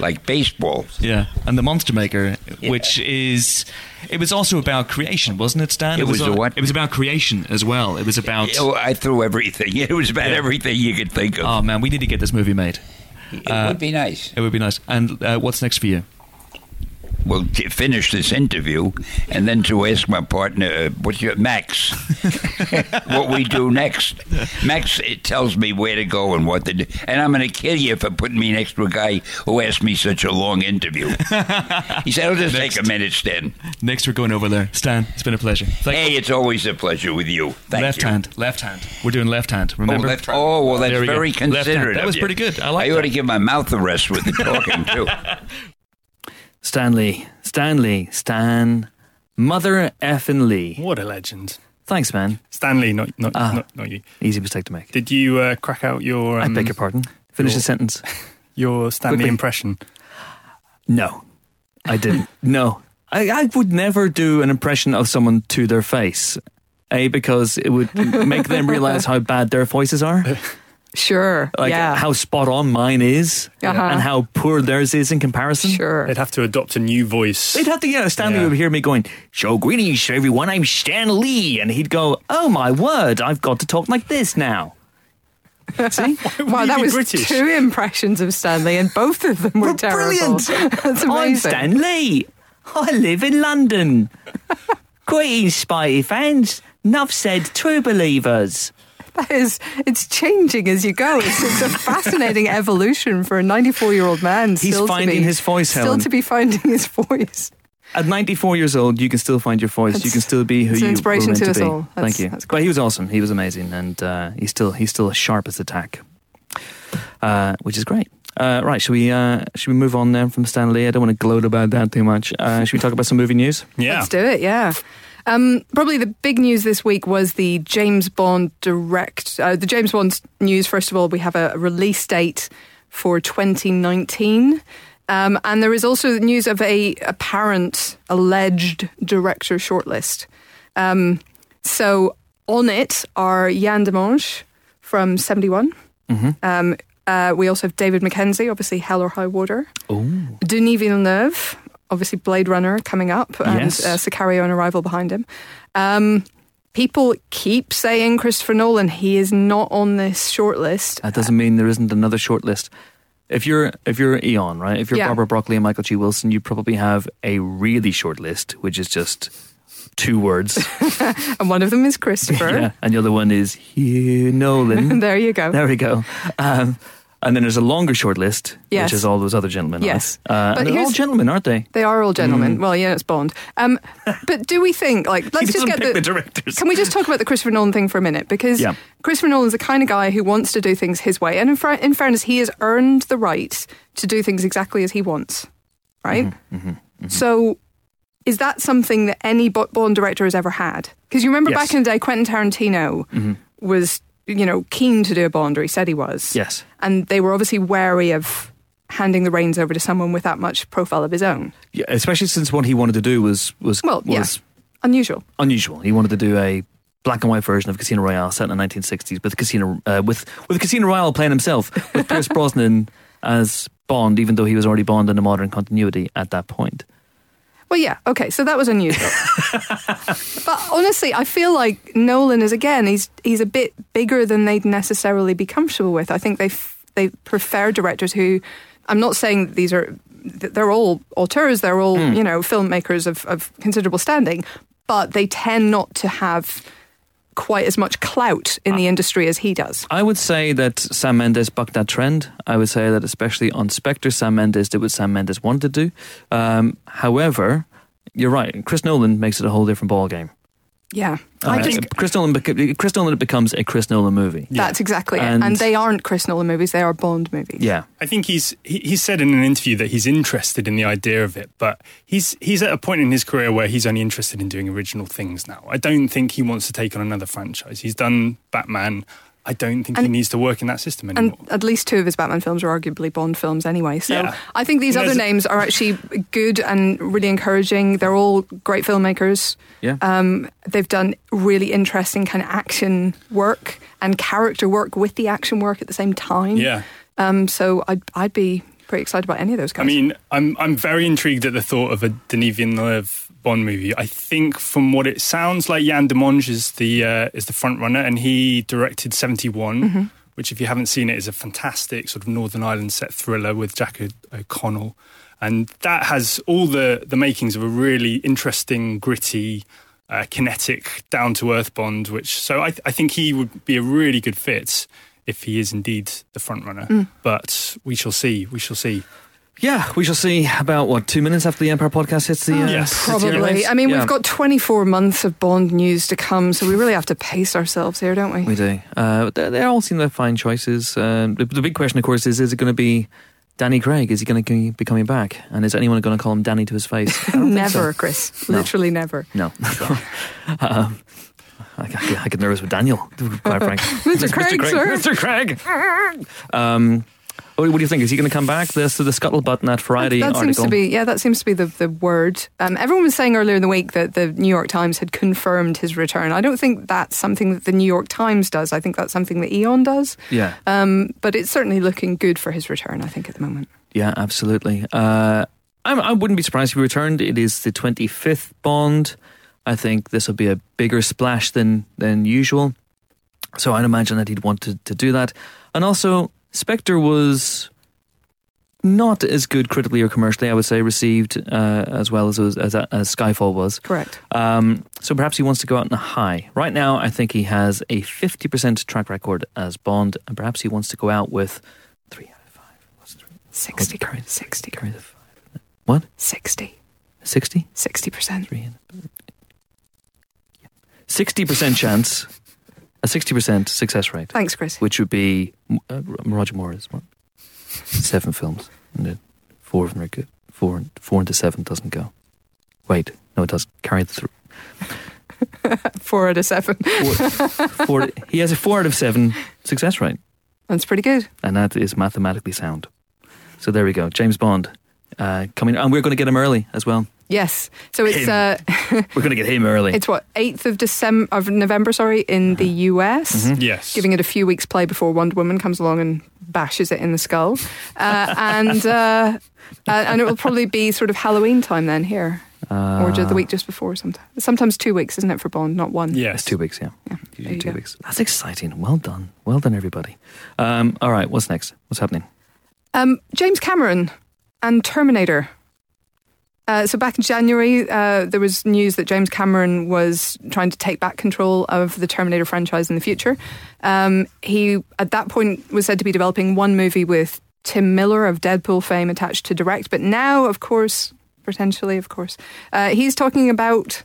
S5: like baseball.
S1: Yeah, and the Monster Maker,
S5: Yeah.
S1: which is, it was also about creation, wasn't it, Stan?
S5: It was
S1: a-
S5: a what?
S1: It was about creation as well. It was about.
S5: Oh, I threw everything. It was about
S1: Yeah.
S5: everything you could think of.
S1: Oh man, we need to get this movie made.
S5: it
S1: uh,
S5: would be nice.
S1: It would be nice. And uh, what's next for you?
S5: Well, to finish this interview and then to ask my partner, uh, what's your Max, what we do next. Max, it tells me where to go and what to do. And I'm going to kill you for putting me next to a guy who asked me such a long interview. he said, I'll just take a minute, Stan.
S1: Next, we're going over there. Stan, it's been a pleasure. Thank
S5: Hey, it's always a pleasure with you. Thank
S1: left
S5: you.
S1: hand, left hand. We're doing left hand. Remember?
S5: Oh, left- oh, well, that's
S1: There we go.
S5: very
S1: Left hand.
S5: considerate.
S1: That
S5: of
S1: was
S5: you.
S1: pretty good. I like
S5: I ought to
S1: that.
S5: give my mouth a rest with the talking too.
S8: Stanley, Stanley, Stan, mother effin' Lee.
S4: What a legend.
S8: Thanks, man.
S4: Stanley, not not,
S8: Ah.
S4: not, not you.
S8: Easy mistake to make.
S4: Did you uh, crack out your
S8: I
S4: um,
S8: beg your pardon. Finish the
S4: your-
S8: sentence.
S4: your Stanley
S8: Quickly.
S4: impression?
S8: No, I didn't. no, I, I would never do an impression of someone to their face. A because it would make them realize how bad their voices are,
S3: Sure.
S8: like
S3: yeah.
S8: how spot on mine is,
S3: Uh-huh.
S8: and how poor theirs is in comparison.
S3: sure.
S4: They'd have to adopt a new voice.
S8: They'd have to, yeah, Stanley
S4: Yeah.
S8: would hear me going, So greetings, everyone, I'm Stan Lee. And he'd go, Oh my word, I've got to talk like this now. See?
S3: Wow,
S4: you
S3: that
S4: be
S3: was
S4: British?
S3: two impressions of Stanley, and both of them were,
S8: We're
S3: terrible.
S8: brilliant.
S3: That's amazing.
S8: I'm Stan Lee. I live in London. greetings, Spidey fans. Nuff said, True believers.
S3: That is, it's changing as you go. It's, it's a fascinating evolution for a 94 year old man.
S8: He's
S3: still to
S8: finding
S3: be-
S8: his voice,
S3: Still
S8: Helen.
S3: to be finding his voice.
S8: At 94 years old, you can still find your voice. you
S3: That's-
S8: can still be who
S3: it's
S8: you
S3: an inspiration
S8: were meant
S3: to
S8: to
S3: us
S8: be.
S3: all. That's-
S8: Thank you.
S3: that's
S8: But he was awesome. He was amazing, and uh, he's still he's still as sharp as a tack, uh, which is great. Uh, right, should we uh, should we move on then from Stanley? I don't want to gloat about that too much. Uh, should we talk about some movie news?
S4: yeah.
S3: Let's do it, yeah. Um, probably the big news this week was the James Bond direct. Uh, the James Bond news, first of all, we have a release date for 2019. Um, and there is also the news of a apparent, alleged director shortlist. Um, so on it are Yann Demange from 71. Um, uh, we also have David Mackenzie, obviously Hell or High Water. Denis Villeneuve, obviously Blade Runner coming up, and
S8: Yes.
S3: uh, Sicario and Arrival behind him. Um, people keep saying Christopher Nolan. He is not on this shortlist.
S8: That doesn't mean there isn't another short list. If you're if you're Eon, right? If you're
S3: Yeah.
S8: Barbara Broccoli and Michael G. Wilson, you probably have a really short list, which is just two words.
S3: And one of them is Christopher.
S8: yeah, and the other one is Hugh Nolan.
S3: There you go.
S8: There we go. Um, and then there's a longer short list,
S3: Yes.
S8: which is all those other gentlemen. right?
S3: Yes.
S8: Uh,
S3: But
S8: and they're all
S3: here's-
S8: gentlemen, aren't they?
S3: They are all gentlemen.
S8: Mm.
S3: Well, yeah, it's Bond. Um, but do we think like let's just
S8: doesn't
S3: get
S8: pick
S3: the,
S8: the directors.
S3: Can we just talk about the Christopher Nolan thing for a minute? Because
S8: Yeah.
S3: Christopher Nolan's the kind of guy who wants to do things his way, and in, fa- in fairness, he has earned the right to do things exactly as he wants, right?
S8: Mm-hmm,
S3: So. Is that something that any Bo- Bond director has ever had? Because you remember
S8: Yes. Mm-hmm.
S3: back in the day, Quentin Tarantino was, you know, keen to do a Bond, or he said he was
S8: Yes.
S3: and they were obviously wary of handing the reins over to someone with that much profile of his own.
S8: Yeah, especially since what he wanted to do was was
S3: Well, yeah.
S8: was
S3: Unusual.
S8: unusual. He wanted to do a black and white version of Casino Royale set in the 1960s with Casino uh, with with Casino Royale playing himself with Pierce Brosnan as Bond, even though he was already Bond in the modern continuity at that point.
S3: Well, yeah, okay, so that was unusual. but honestly, I feel like Nolan is again, he's he's a bit bigger than they'd necessarily be comfortable with. I think they f- they prefer directors who I'm not saying that these are that they're all auteurs, they're all, you know, filmmakers of, of considerable standing, but they tend not to have quite as much clout in the industry as he does.
S8: I would say that Sam Mendes bucked that trend. I would say that especially on Spectre, Sam Mendes did what Sam Mendes wanted to do. Um, however, you're right. Chris Nolan makes it a whole different ballgame.
S3: Yeah.
S8: Uh, Chris Nolan. bec- Chris Nolan becomes a Chris Nolan movie.
S3: That's exactly
S8: And-
S3: it. And they aren't Chris Nolan movies, they are Bond movies.
S8: Yeah.
S4: I think he's he, he said in an interview that he's interested in the idea of it, but he's he's at a point in his career where he's only interested in doing original things now. I don't think he wants to take on another franchise. He's done Batman. I don't think he
S3: And-
S4: needs to work in that system anymore.
S3: And at least two of his Batman films are arguably Bond films anyway. So
S4: Yeah.
S3: I think these
S4: And
S3: other
S4: there's-
S3: names are actually good and really encouraging. They're all great filmmakers.
S8: Yeah.
S3: Um, they've done really interesting kind of action work and character work with the action work at the same time.
S4: yeah.
S3: Um, so I'd, I'd be pretty excited about any of those guys.
S4: I mean, I'm I'm very intrigued at the thought of a Denis Villeneuve Bond movie. I think from what it sounds like, Jan Demange is the uh, is the front runner, and he directed Seventy which, if you haven't seen it, is a fantastic sort of Northern Ireland set thriller with Jack O- O'Connell, and that has all the the makings of a really interesting, gritty. Uh, kinetic, down to earth Bond, which so I, th- I think he would be a really good fit if he is indeed the front runner. But we shall see. We shall see.
S8: Yeah, we shall see about what two minutes after the Empire podcast hits the. Uh,
S4: Yes.
S8: hits the
S3: Oh, Probably.
S8: airwaves?
S3: I mean,
S8: Yeah.
S3: we've got 24 months of Bond news to come, so we really have to pace ourselves here, don't we?
S8: We do. Uh, they, they all seem to find choices. Um, the, the big question, of course, is: Is it going to be Danny Craig? Is he going to be coming back? And is anyone going to call him Danny to his face? I don't think so.
S3: Never, Chris.
S8: No.
S3: Literally never.
S8: No. um, I, I, I get nervous with Daniel, quite frankly. Mr.
S3: Craig,
S8: Craig,
S3: sir.
S8: Mr. Craig. Um, what, what do you think? Is he going to come back? There's the scuttlebutt in that Friday
S3: that
S8: article.
S3: seems to be yeah that seems to be the, the word um, everyone was saying earlier in the week that the new york times had confirmed his return i don't think that's something that the new york times does i think that's something that eon does
S8: yeah,
S3: um, but it's certainly looking good for his return i think at the moment
S8: yeah, absolutely. Uh, I, I wouldn't be surprised if he returned. It is the 25th Bond. I think this will be a bigger splash than than usual. So I'd imagine that he'd want to, to do that. And also, Spectre was not as good critically or commercially, I would say, received uh, as well as, as, as Skyfall was.
S3: correct
S8: Um, so perhaps he wants to go out on a high. Right now, I think he has a 50% track record as Bond, and perhaps he wants to go out with three out of five. What's three?
S3: 60
S8: Correct.
S3: 60
S8: Carry the five.
S3: 60
S8: 60?
S3: 60%
S8: Three and. Yeah. 60% chance, a 60% success rate,
S3: thanks chris
S8: which would be uh, Roger Moore's what? Seven films, and then four of them are good. Four, four into seven doesn't go. Wait, no, it does. Carry the three.
S3: four out of seven
S8: four, he has a four out of seven success rate,
S3: that's pretty good
S8: and that is mathematically sound. So there we go, James Bond uh, coming, and we're going to get him early as well.
S3: yes so it's uh,
S8: We're going to get him early.
S3: it's what 8th of december of november sorry in the us
S4: Yes.
S3: giving it a few weeks play before Wonder Woman comes along and bashes it in the skull, uh, and uh, uh, and it will probably be sort of Halloween time then here,
S8: uh,
S3: or just the week just before. Sometimes sometimes two weeks, isn't it for Bond? Not one.
S4: Yes.
S8: It's two weeks, yeah.
S3: Yeah, there
S8: Usually
S3: you
S8: two
S3: go.
S8: weeks. That's exciting. Well done, well done, everybody. Um, all right, what's next? What's happening?
S3: Um, James Cameron and Terminator. Uh, so back in January, uh, there was news that James Cameron was trying to take back control of the Terminator franchise in the future. Um, he, at that point, was said to be developing one movie with Tim Miller of Deadpool fame attached to direct. But now, of course, potentially, of course, uh, he's talking about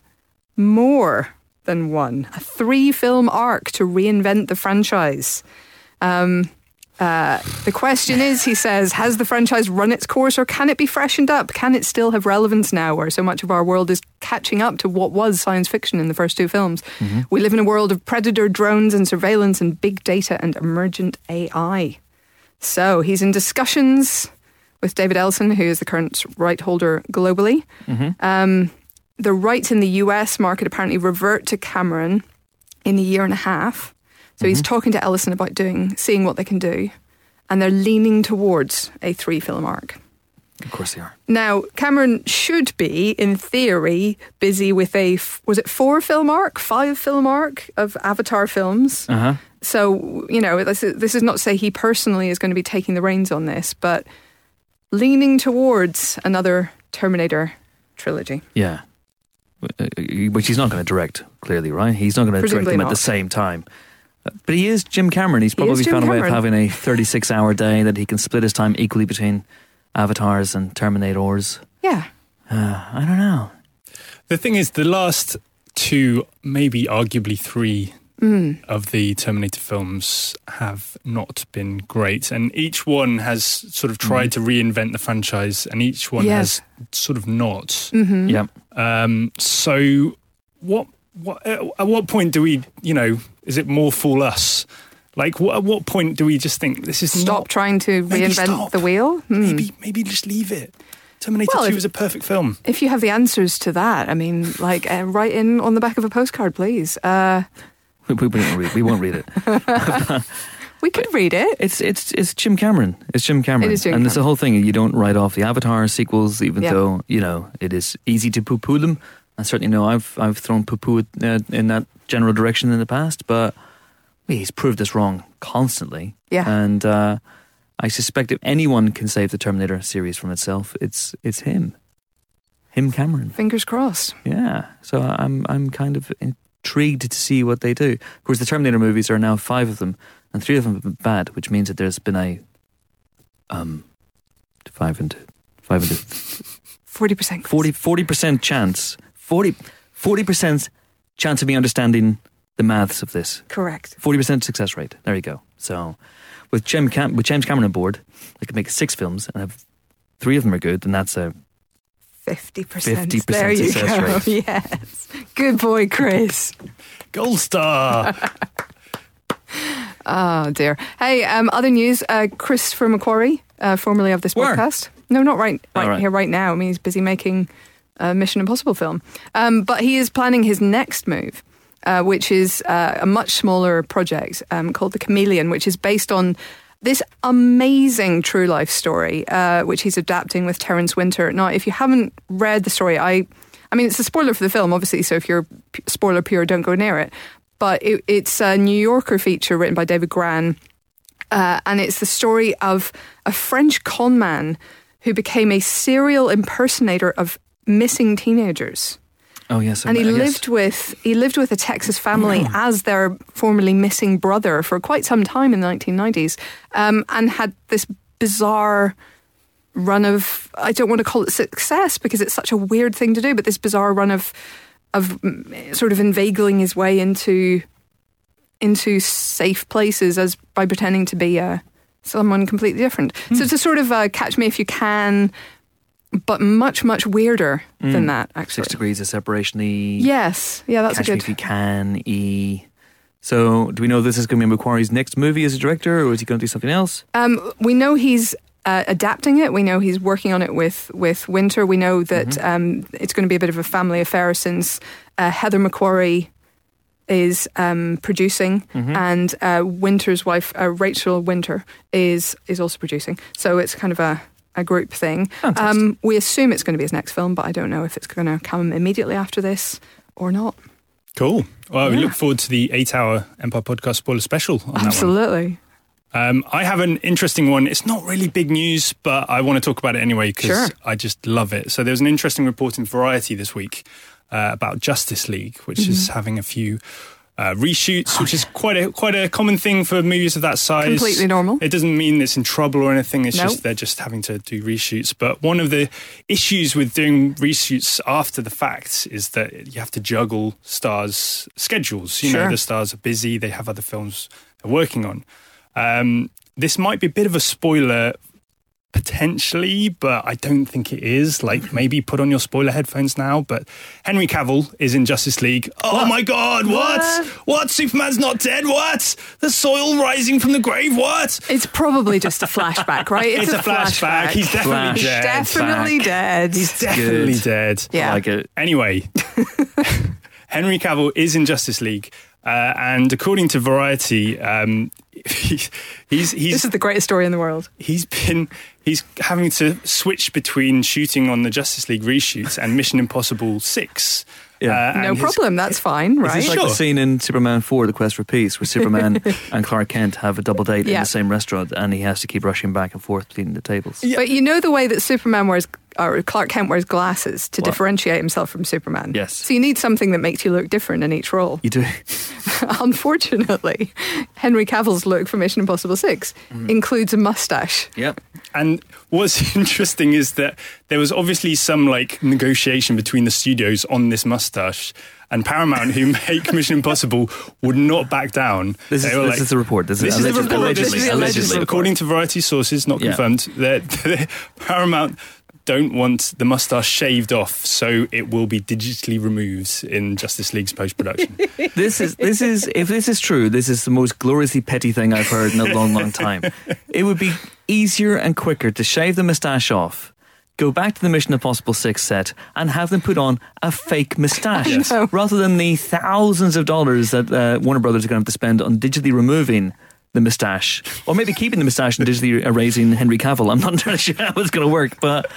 S3: more than one, a three film arc to reinvent the franchise. Um, uh, the question is, he says, has the franchise run its course or can it be freshened up? Can it still have relevance now where so much of our world is catching up to what was science fiction in the first two films? We live in a world of predator drones and surveillance and big data and emergent AI. So he's in discussions with David Ellison, who is the current right holder globally. Um, the rights in the US market apparently revert to Cameron in a year and a half. So he's talking to Ellison about doing, seeing what they can do, and they're leaning towards a three film arc.
S8: Of course, they are.
S3: Now, Cameron should be, in theory, busy with a, f- was it four film arc, five film arc of Avatar films?
S8: Uh huh.
S3: So, you know, this is, this is not to say he personally is going to be taking the reins on this, but leaning towards another Terminator trilogy.
S8: Yeah. Uh, Which he's not going to direct, clearly, right? He's not going to direct
S3: Presumably
S8: them at
S3: not.
S8: the same time. Uh, But he is Jim Cameron. He's
S3: He is
S8: probably
S3: Jim
S8: found a way of
S3: Cameron.
S8: having a 36 hour day that he can split his time equally between avatars and Terminators.
S3: Yeah.
S8: Uh, I don't know.
S4: The thing is, the last two, maybe arguably three,
S3: Mm.
S4: of the Terminator films have not been great, and each one has sort
S3: Mm.
S4: of tried to reinvent the franchise, and each one
S3: Yes.
S4: has sort of not.
S3: Mm. Hmm.
S8: Yeah.
S4: Um, so, what, what, at what point do we, you know, is it more fool us? Like, wh- at what point do we just think this is
S3: Stop
S4: not-
S3: trying to
S4: Maybe
S3: reinvent
S4: stop.
S3: the wheel? Hmm.
S4: Maybe, maybe just leave it. Terminator
S3: Well,
S4: 2
S3: if-
S4: is a perfect film.
S3: If you have the answers to that, I mean, like, uh, write in on the back of a postcard, please. Uh,
S8: We, we, won't read, we won't read it.
S3: we could read it.
S8: It's it's it's Jim Cameron. It's Jim Cameron.
S3: It is Jim
S8: and it's the
S3: Cameron.
S8: whole thing. You don't write off the Avatar sequels, even
S3: Yeah.
S8: though you know it is easy to poo poo them. I certainly know I've I've thrown poo poo uh, in that general direction in the past, but he's proved us wrong constantly.
S3: Yeah.
S8: and uh, I suspect if anyone can save the Terminator series from itself, it's it's him, him Cameron.
S3: Fingers crossed.
S8: Yeah, so I'm I'm kind of intrigued to see what they do. Of course, the Terminator movies are now five of them, and three of them have been bad, which means that there's been a um five and five and
S3: 40%. Chris.
S8: 40 percent chance 40 percent chance of me understanding the maths of this.
S3: Correct.
S8: Forty percent success rate. There you go. So, with Jim Cam- with James Cameron on board, they could make six films and have three of them are good, and that's a
S3: 50%.
S8: 50%
S3: there you go.
S8: success
S3: Yes. Good boy, Chris.
S4: Gold Star.
S3: Oh dear. Hey, um, other news. Uh, Chris from Macquarie, uh, formerly of this
S8: Where?
S3: podcast. No, not right,
S8: Oh,
S3: right
S8: right.
S3: here, right now. I mean, he's busy making a Mission Impossible film, um, but he is planning his next move. Uh, which is uh, a much smaller project um, called The Chameleon, which is based on this amazing true life story, uh, which he's adapting with Terrence Winter. Now, if you haven't read the story, I, I mean, it's a spoiler for the film, obviously. So if you're p- spoiler pure, don't go near it. But it, it's a New Yorker feature written by David Gran, uh, and it's the story of a French con man who became a serial impersonator of missing teenagers
S8: oh yes, Mm.
S3: and he
S8: I guess-
S3: lived with he lived with a Texas family as their formerly missing brother for quite some time in the 1990s, um, and had this bizarre run of I don't want to call it success because it's such a weird thing to do, but this bizarre run of of mm, sort of inveigling his way into into safe places as by pretending to be uh, someone completely different. So
S8: Hmm.
S3: it's a sort of uh, catch me if you can. But much, much weirder
S8: Hmm.
S3: than that, actually.
S8: six degrees of separation. The
S3: Yes, yeah, that's
S8: Catch
S3: a
S8: Me If You
S3: good.
S8: Can, E. So, do we know this is going to be Macquarie's next movie as a director, or is he going to do something else?
S3: Um, we know he's uh, adapting it. We know he's working on it with with Winter. We know that um, it's going to be a bit of a family affair since uh, Heather McQuarrie is um, producing, and uh, Winter's wife uh, Rachel Winter is is also producing. So it's kind of a a group thing. Um, we assume it's going to be his next film, but I don't know if it's going to come immediately after this or not.
S4: Cool. Well, we
S3: Yeah.
S4: look forward to the eight-hour Empire Podcast spoiler special. On
S3: Absolutely.
S4: That one. Um, I have an interesting one. It's not really big news, but I want to talk about it anyway
S3: Sure.
S4: because I just love it. So there was an interesting report in Variety this week uh, about Justice League, which
S3: Mm-hmm.
S4: is having a few. Uh,
S3: Oh,
S4: reshoots, which is quite a quite a common thing for movies of that size.
S3: Completely normal.
S4: It doesn't mean it's in trouble or anything. It's
S3: No.
S4: just they're just having to do reshoots. But one of the issues with doing reshoots after the fact is that you have to juggle stars' schedules. You
S3: Sure.
S4: know, the stars are busy; they have other films they're working on. Um, this might be a bit of a spoiler potentially, but I don't think it is. Like, maybe put on your spoiler headphones now. But Henry Cavill is in Justice League. Oh my God, what? what? Superman's not dead? What? The soil rising from the grave? What?
S3: It's probably just a flashback, right?
S4: It's, a, flashback. He's definitely
S8: Flashback.
S4: dead.
S3: definitely dead.
S4: He's definitely
S8: Good.
S4: dead.
S3: Yeah.
S8: Like it.
S4: Anyway, Henry Cavill is in Justice League. Uh, and according to Variety, um, he's he's he's
S3: This is the greatest story in the world.
S4: he's been he's having to switch between shooting on the Justice League reshoots and Mission Impossible Six. Uh,
S8: Yeah.
S4: and
S3: No
S4: his-
S3: problem. That's fine, right?
S8: It's like
S4: Sure.
S8: the scene in Superman 4, The Quest for Peace, where Superman and Clark Kent have a double date in
S3: Yeah.
S8: the same restaurant, and he has to keep rushing back and forth between the tables.
S3: But you know the way that Superman wears, or Clark Kent wears glasses to
S8: What?
S3: differentiate himself from Superman.
S8: Yes.
S3: So you need something that makes you look different in each role.
S8: You do.
S3: Unfortunately, Henry Cavill's look for Mission Impossible Six
S4: Mm.
S3: includes a mustache.
S8: Yep.
S4: And what's interesting is that there was obviously some like negotiation between the studios on this mustache. And Paramount, who make Mission Impossible, would not back down.
S8: This is-
S4: They were
S8: this is the report. This is
S4: the
S8: alleged-
S4: report.
S8: allegedly-
S4: This is-
S3: allegedly.
S4: According to Variety sources, not
S8: Yeah.
S4: confirmed, that Paramount don't want the mustache shaved off, so it will be digitally removed in Justice League's post production.
S8: This is this is if this is true, this is the most gloriously petty thing I've heard in a long, long time. It would be easier and quicker to shave the moustache off, go back to the Mission Impossible Six set, and have them put on a fake moustache
S4: Yes.
S3: know.
S8: rather than the thousands of dollars that uh, Warner Brothers are going to have to spend on digitally removing. The moustache, or maybe keeping the moustache and digitally erasing Henry Cavill. I'm not entirely sure how it's going to work, but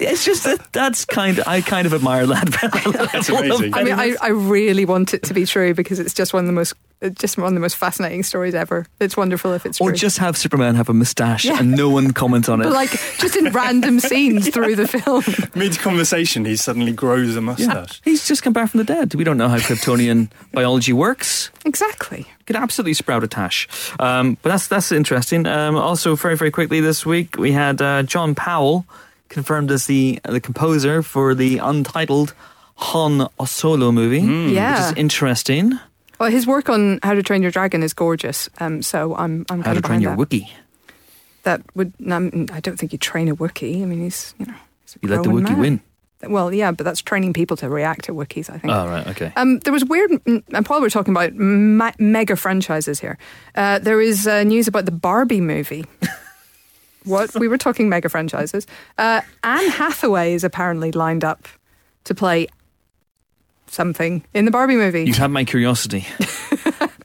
S8: it's just that that's kind. I kind of admire that. that's
S4: amazing.
S3: I mean, I, I really want it to be true because it's just one of the most it's just one of the most fascinating stories ever. It's wonderful if it's
S8: Or
S3: true.
S8: just have Superman have a moustache
S3: Yeah.
S8: and no one comments on it.
S3: but like just in random scenes through the film.
S4: Mid conversation, he suddenly grows a
S8: yeah.
S4: mustache.
S8: He's just come back from the dead. We don't know how Kryptonian biology works.
S3: Exactly.
S8: Could absolutely sprout a tash. Um, but that's that's interesting. Um, also, very very quickly this week we had uh, John Powell confirmed as the the composer for the untitled Han Solo movie,
S3: Yeah.
S8: Hmm, which is interesting.
S3: Well, his work on How to Train Your Dragon is gorgeous. Um, so I'm I'm
S8: How
S3: kind
S8: to
S3: of
S8: train
S3: behind
S8: your
S3: that.
S8: Wookiee.
S3: that would um, I don't think you train a Wookiee. I mean, he's you know he's a
S8: You let the
S3: grown
S8: Wookiee
S3: man.
S8: win.
S3: Well, yeah, but that's training people to react to Wookiees. I think.
S8: Oh right, okay.
S3: Um, there was weird, and Paul, we're talking about ma- mega franchises here. Uh, there is uh, news about the Barbie movie. what? We were talking mega franchises. Uh, Anne Hathaway is apparently lined up to play something in the Barbie movie.
S8: You had my curiosity.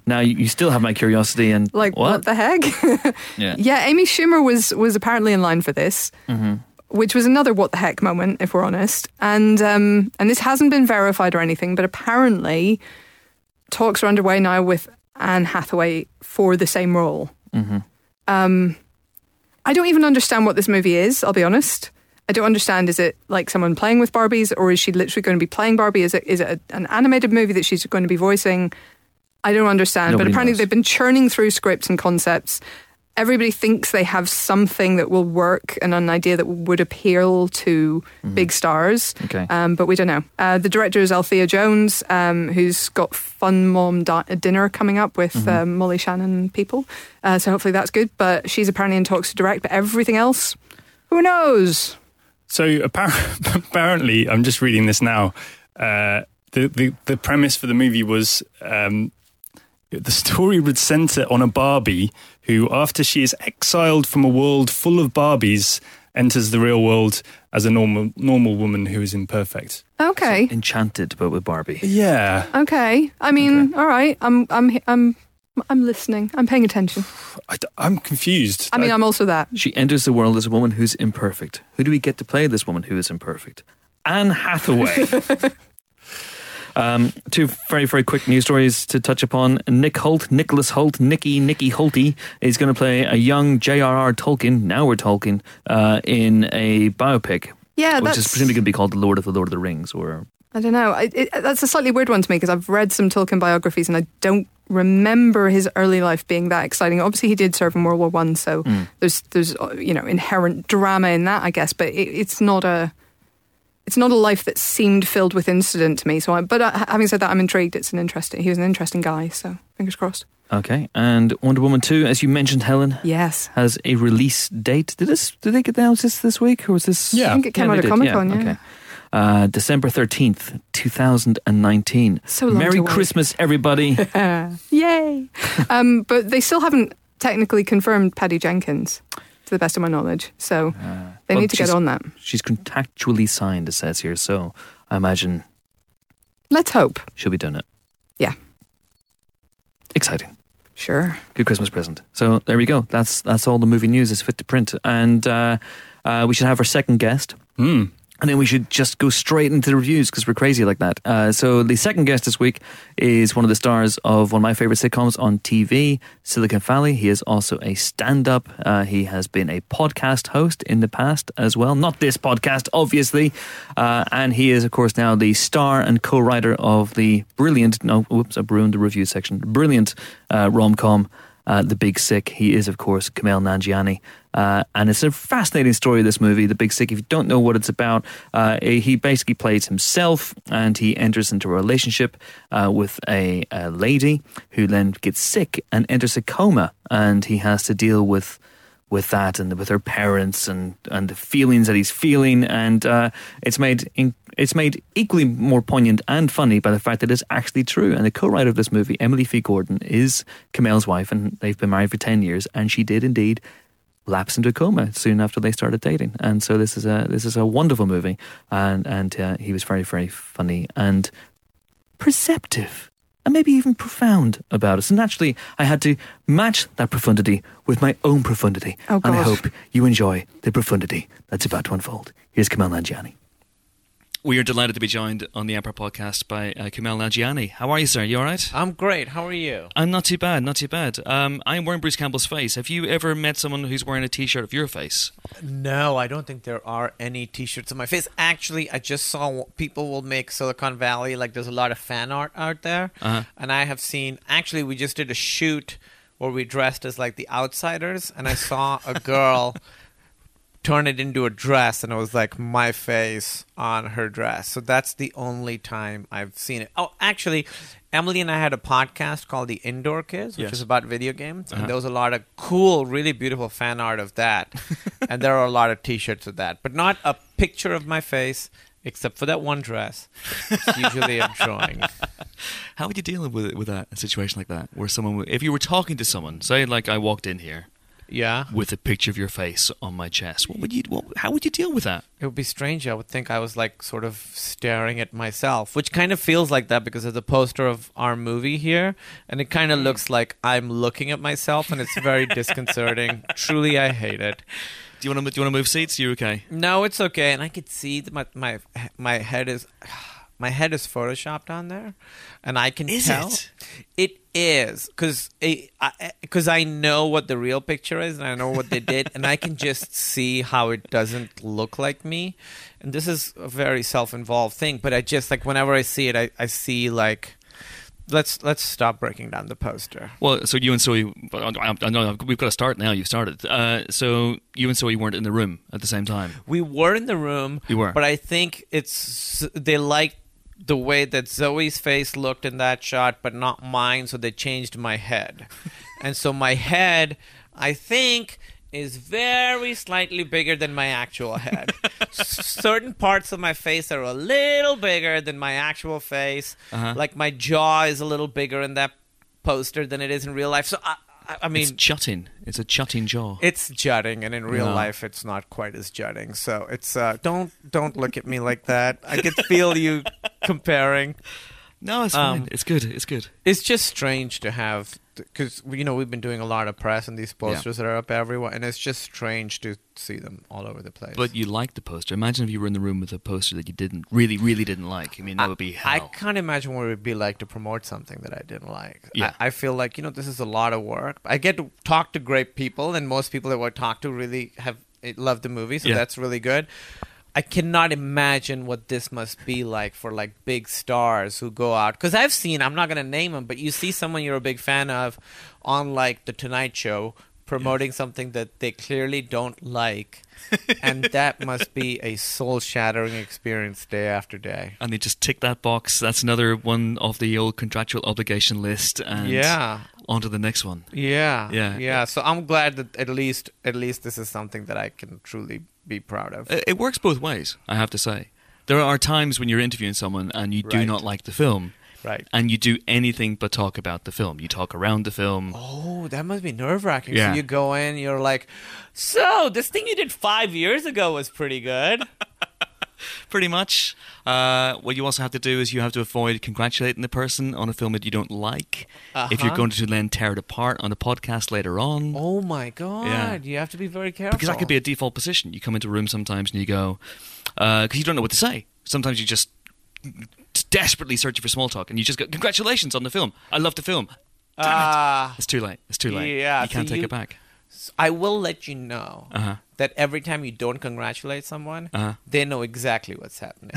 S8: now you, you still have my curiosity and
S3: like, what, the heck?
S8: Yeah. Mm-hmm.
S3: yeah, Amy Schumer was, was apparently in line for this. Which was another what the heck moment, if we're honest. And um, and this hasn't been verified or anything, but apparently talks are underway now with Anne Hathaway for the same role.
S8: Mm-hmm.
S3: Um, I don't even understand what this movie is, I'll be honest. I don't understand. Is it like someone playing with Barbies, or is she literally going to be playing Barbie? Is it is it a, an animated movie that she's going to be voicing? I don't understand.
S8: Nobody
S3: but apparently
S8: knows.
S3: they've been churning through scripts and concepts. Everybody thinks they have something that will work and an idea that would appeal to big stars.
S8: Mm-hmm. Okay.
S3: Um, but we don't know. Uh, the director is Althea Jones, um, who's got Fun Mom Di- Dinner coming up with
S8: Mm-hmm.
S3: um, Molly Shannon people. Uh, so hopefully that's good. But she's apparently in talks to direct, but everything else, who knows?
S4: So appar- apparently, I'm just reading this now. Uh, the, the the premise for the movie was um, the story would center on a Barbie who, after she is exiled from a world full of Barbies, enters the real world as a normal normal woman who is imperfect.
S3: Okay.
S8: enchanted but with Barbie.
S4: Yeah,
S3: Okay. I mean, all right. I'm, I'm, I'm, I'm listening. I'm paying attention.
S4: I, am confused.
S8: Uh,
S3: I mean, I'm also that.
S8: She enters the world as a woman who's imperfect. Who do we get to play this woman who is imperfect? Anne Hathaway. um, two very, very quick news stories to touch upon. Nick Holt, Nicholas Holt, Nicky, Nicky Holty is going to play a young J.R.R. Tolkien, now we're Tolkien, uh, in a biopic.
S3: Yeah,
S8: which is
S3: Oh, that's-
S8: presumably going to be called The Lord of the Lord of the Rings or
S3: I don't know. I, it, that's a slightly weird one to me because I've read some Tolkien biographies and I don't remember his early life being that exciting. Obviously, he did serve in World War One, so
S8: Mm.
S3: there's there's uh, you know inherent drama in that, I guess. But it, it's not a it's not a life that seemed filled with incident to me. So, I, but uh, having said that, I'm intrigued. It's an interesting. He was an interesting guy. So, fingers crossed.
S8: Okay. And Wonder Woman 2, as you mentioned, Helen,
S3: Yes.
S8: has a release date. Did this? Did they announce this this week, or was this?
S4: Yeah. I think
S3: it came out
S8: they
S3: at
S8: did,
S3: Comic-Con, yeah.
S8: Okay. Uh, December thirteenth, two thousand and nineteen.
S3: So long
S8: Merry
S3: to wait.
S8: Christmas, everybody!
S3: Yay. um, but they still haven't technically confirmed Paddy Jenkins, to the best of my knowledge. So they
S8: Uh, Well,
S3: need to get
S8: she's-
S3: on that.
S8: She's contractually signed, it says here, so I imagine
S3: Let's hope.
S8: she'll be doing it.
S3: Yeah.
S8: Exciting,
S3: Sure.
S8: good Christmas present. So there we go. That's that's all the movie news is fit to print, and uh, uh, we should have our second guest.
S4: Hmm.
S8: And then we should just go straight into the reviews because we're crazy like that. Uh, so the second guest this week is one of the stars of one of my favorite sitcoms on TV, Silicon Valley. He is also a stand-up. Uh, he has been a podcast host in the past as well, not this podcast, obviously. Uh, and he is, of course, now the star and co-writer of the brilliant. No, whoops, I ruined the review section. Brilliant uh, rom-com uh, The Big Sick. He is, of course, Kumail Nanjiani. Uh, and it's a fascinating story, this movie, The Big Sick. If you don't know what it's about, uh, he basically plays himself and he enters into a relationship uh, with a, a lady who then gets sick and enters a coma. And he has to deal with with that and with her parents and, and the feelings that he's feeling. And uh, it's made in, it's made equally more poignant and funny by the fact that it's actually true. And the co-writer of this movie, Emily Fee Gordon, is Kamel's wife, and they've been married for ten years. And she did indeed lapse into a coma soon after they started dating. And so this is a this is a wonderful movie, and and uh, he was very very funny and perceptive. And maybe even profound about us. And naturally, I had to match that profundity with my own profundity.
S3: Oh,
S8: and I
S3: God.
S8: hope you enjoy the profundity that's about to unfold. Here's Kamal Nanjiani.
S1: We are delighted to be joined on the Emperor podcast by uh, Kumail Nanjiani. How are you, sir? You all right?
S9: I'm great. How are you?
S1: I'm not too bad, not too bad. Um, I'm wearing Bruce Campbell's face. Have you ever met someone who's wearing a T-shirt of your face?
S9: No, I don't think there are any T-shirts on my face. Actually, I just saw people will make Silicon Valley like there's a lot of fan art out there,
S1: Uh-huh.
S9: and I have seen. Actually, we just did a shoot where we dressed as like the outsiders, and I saw a girl turn it into a dress, and it was like my face on her dress. So that's the only time I've seen it. Oh, actually. Emily and I had a podcast called The Indoor Kids, which
S1: Yes.
S9: is about video games, and there was a lot of cool, really beautiful fan art of that, and there are a lot of T-shirts of that, but not a picture of my face except for that one dress. It's usually a drawing.
S1: How would you deal with with that a situation like that, where someone, would- if you were talking to someone, say like I walked in here
S9: Yeah,
S1: with a picture of your face on my chest, what would you? What, how would you deal with that?
S9: it would be strange. I would think I was like sort of staring at myself, which kind of feels like that because there's a poster of our movie here, and it kind of looks like I'm looking at myself, and it's very disconcerting. Truly, I hate it.
S1: Do you want to? Do you want to move seats? You okay?
S9: No, it's okay, and I could see that my my my head is my head is photoshopped on there, and I can
S1: Is
S9: tell
S1: it?
S9: it is because because I know what the real picture is, and I know what they did, and I can just see how it doesn't look like me, and this is a very self-involved thing. But I just like whenever I see it, I, I see like. Let's let's stop breaking down the poster.
S1: Well, so you and Zoe, but I, I know we've got to start now. You've started. Uh, so you and Zoe weren't in the room at the same time.
S9: We were in the room.
S1: You were.
S9: but I think it's they liked the way that Zoe's face looked in that shot, but not mine. So they changed my head, and so my head, I think, is very slightly bigger than my actual head. S- Certain parts of my face are a little bigger than my actual face.
S1: Uh-huh.
S9: Like my jaw is a little bigger in that poster than it is in real life. So I, I, I mean,
S1: It's jutting. It's a jutting jaw.
S9: it's jutting, and in real
S1: No.
S9: life, it's not quite as jutting. So it's uh, don't don't look at me like that. I could feel you comparing.
S1: no, it's
S9: um,
S1: fine. It's good. It's good.
S9: It's just strange to have because you know we've been doing a lot of press, and these posters that are up everywhere, and it's just strange to see them all over the place.
S1: But you liked the poster. Imagine if you were in the room with a poster that you didn't really, really didn't like. I mean, that would be
S9: I
S1: hell.
S9: can't imagine what it would be like to promote something that I didn't like.
S1: Yeah.
S9: I, I feel like, you know, this is a lot of work. I get to talk to great people, and most people that I talk to really have loved the movie, so
S1: Yeah.
S9: that's really good. I cannot imagine what this must be like for like big stars who go out. Because I've seen, I'm not going to name them, but you see someone you're a big fan of on like The Tonight Show promoting something that they clearly don't like. and that must be a soul shattering experience day after day.
S1: and they just tick that box. That's another one off the old contractual obligation list, and
S9: Yeah.
S1: on to the next one.
S9: Yeah.
S1: Yeah.
S9: Yeah. So I'm glad that at least at least this is something that I can truly be proud of.
S1: It it works both ways, I have to say. There are times when you're interviewing someone and you do
S9: Right.
S1: not like the film,
S9: Right.
S1: and you do anything but talk about the film. You talk around the film.
S9: Oh, that must be nerve wracking.
S1: Yeah.
S9: So you go in, you're like, So this thing you did five years ago was pretty good.
S1: pretty much. Uh, what you also have to do is you have to avoid congratulating the person on a film that you don't like. If you're
S9: Uh-huh.
S1: going to then tear it apart on the podcast later on,
S9: oh my god.
S1: Yeah.
S9: You have to be very careful.
S1: because that could be a default position. You come into a room sometimes and you go because you don't know what to say. Sometimes you just desperately searching for small talk and you just go, "Congratulations on the film! I love the film."
S9: Ah.
S1: It's too late. It's too late.
S9: Yeah,
S1: you can't
S9: so
S1: take
S9: you-
S1: it back.
S9: I will let you know
S1: Uh-huh.
S9: that every time you don't congratulate someone,
S1: Uh-huh.
S9: they know exactly what's happening.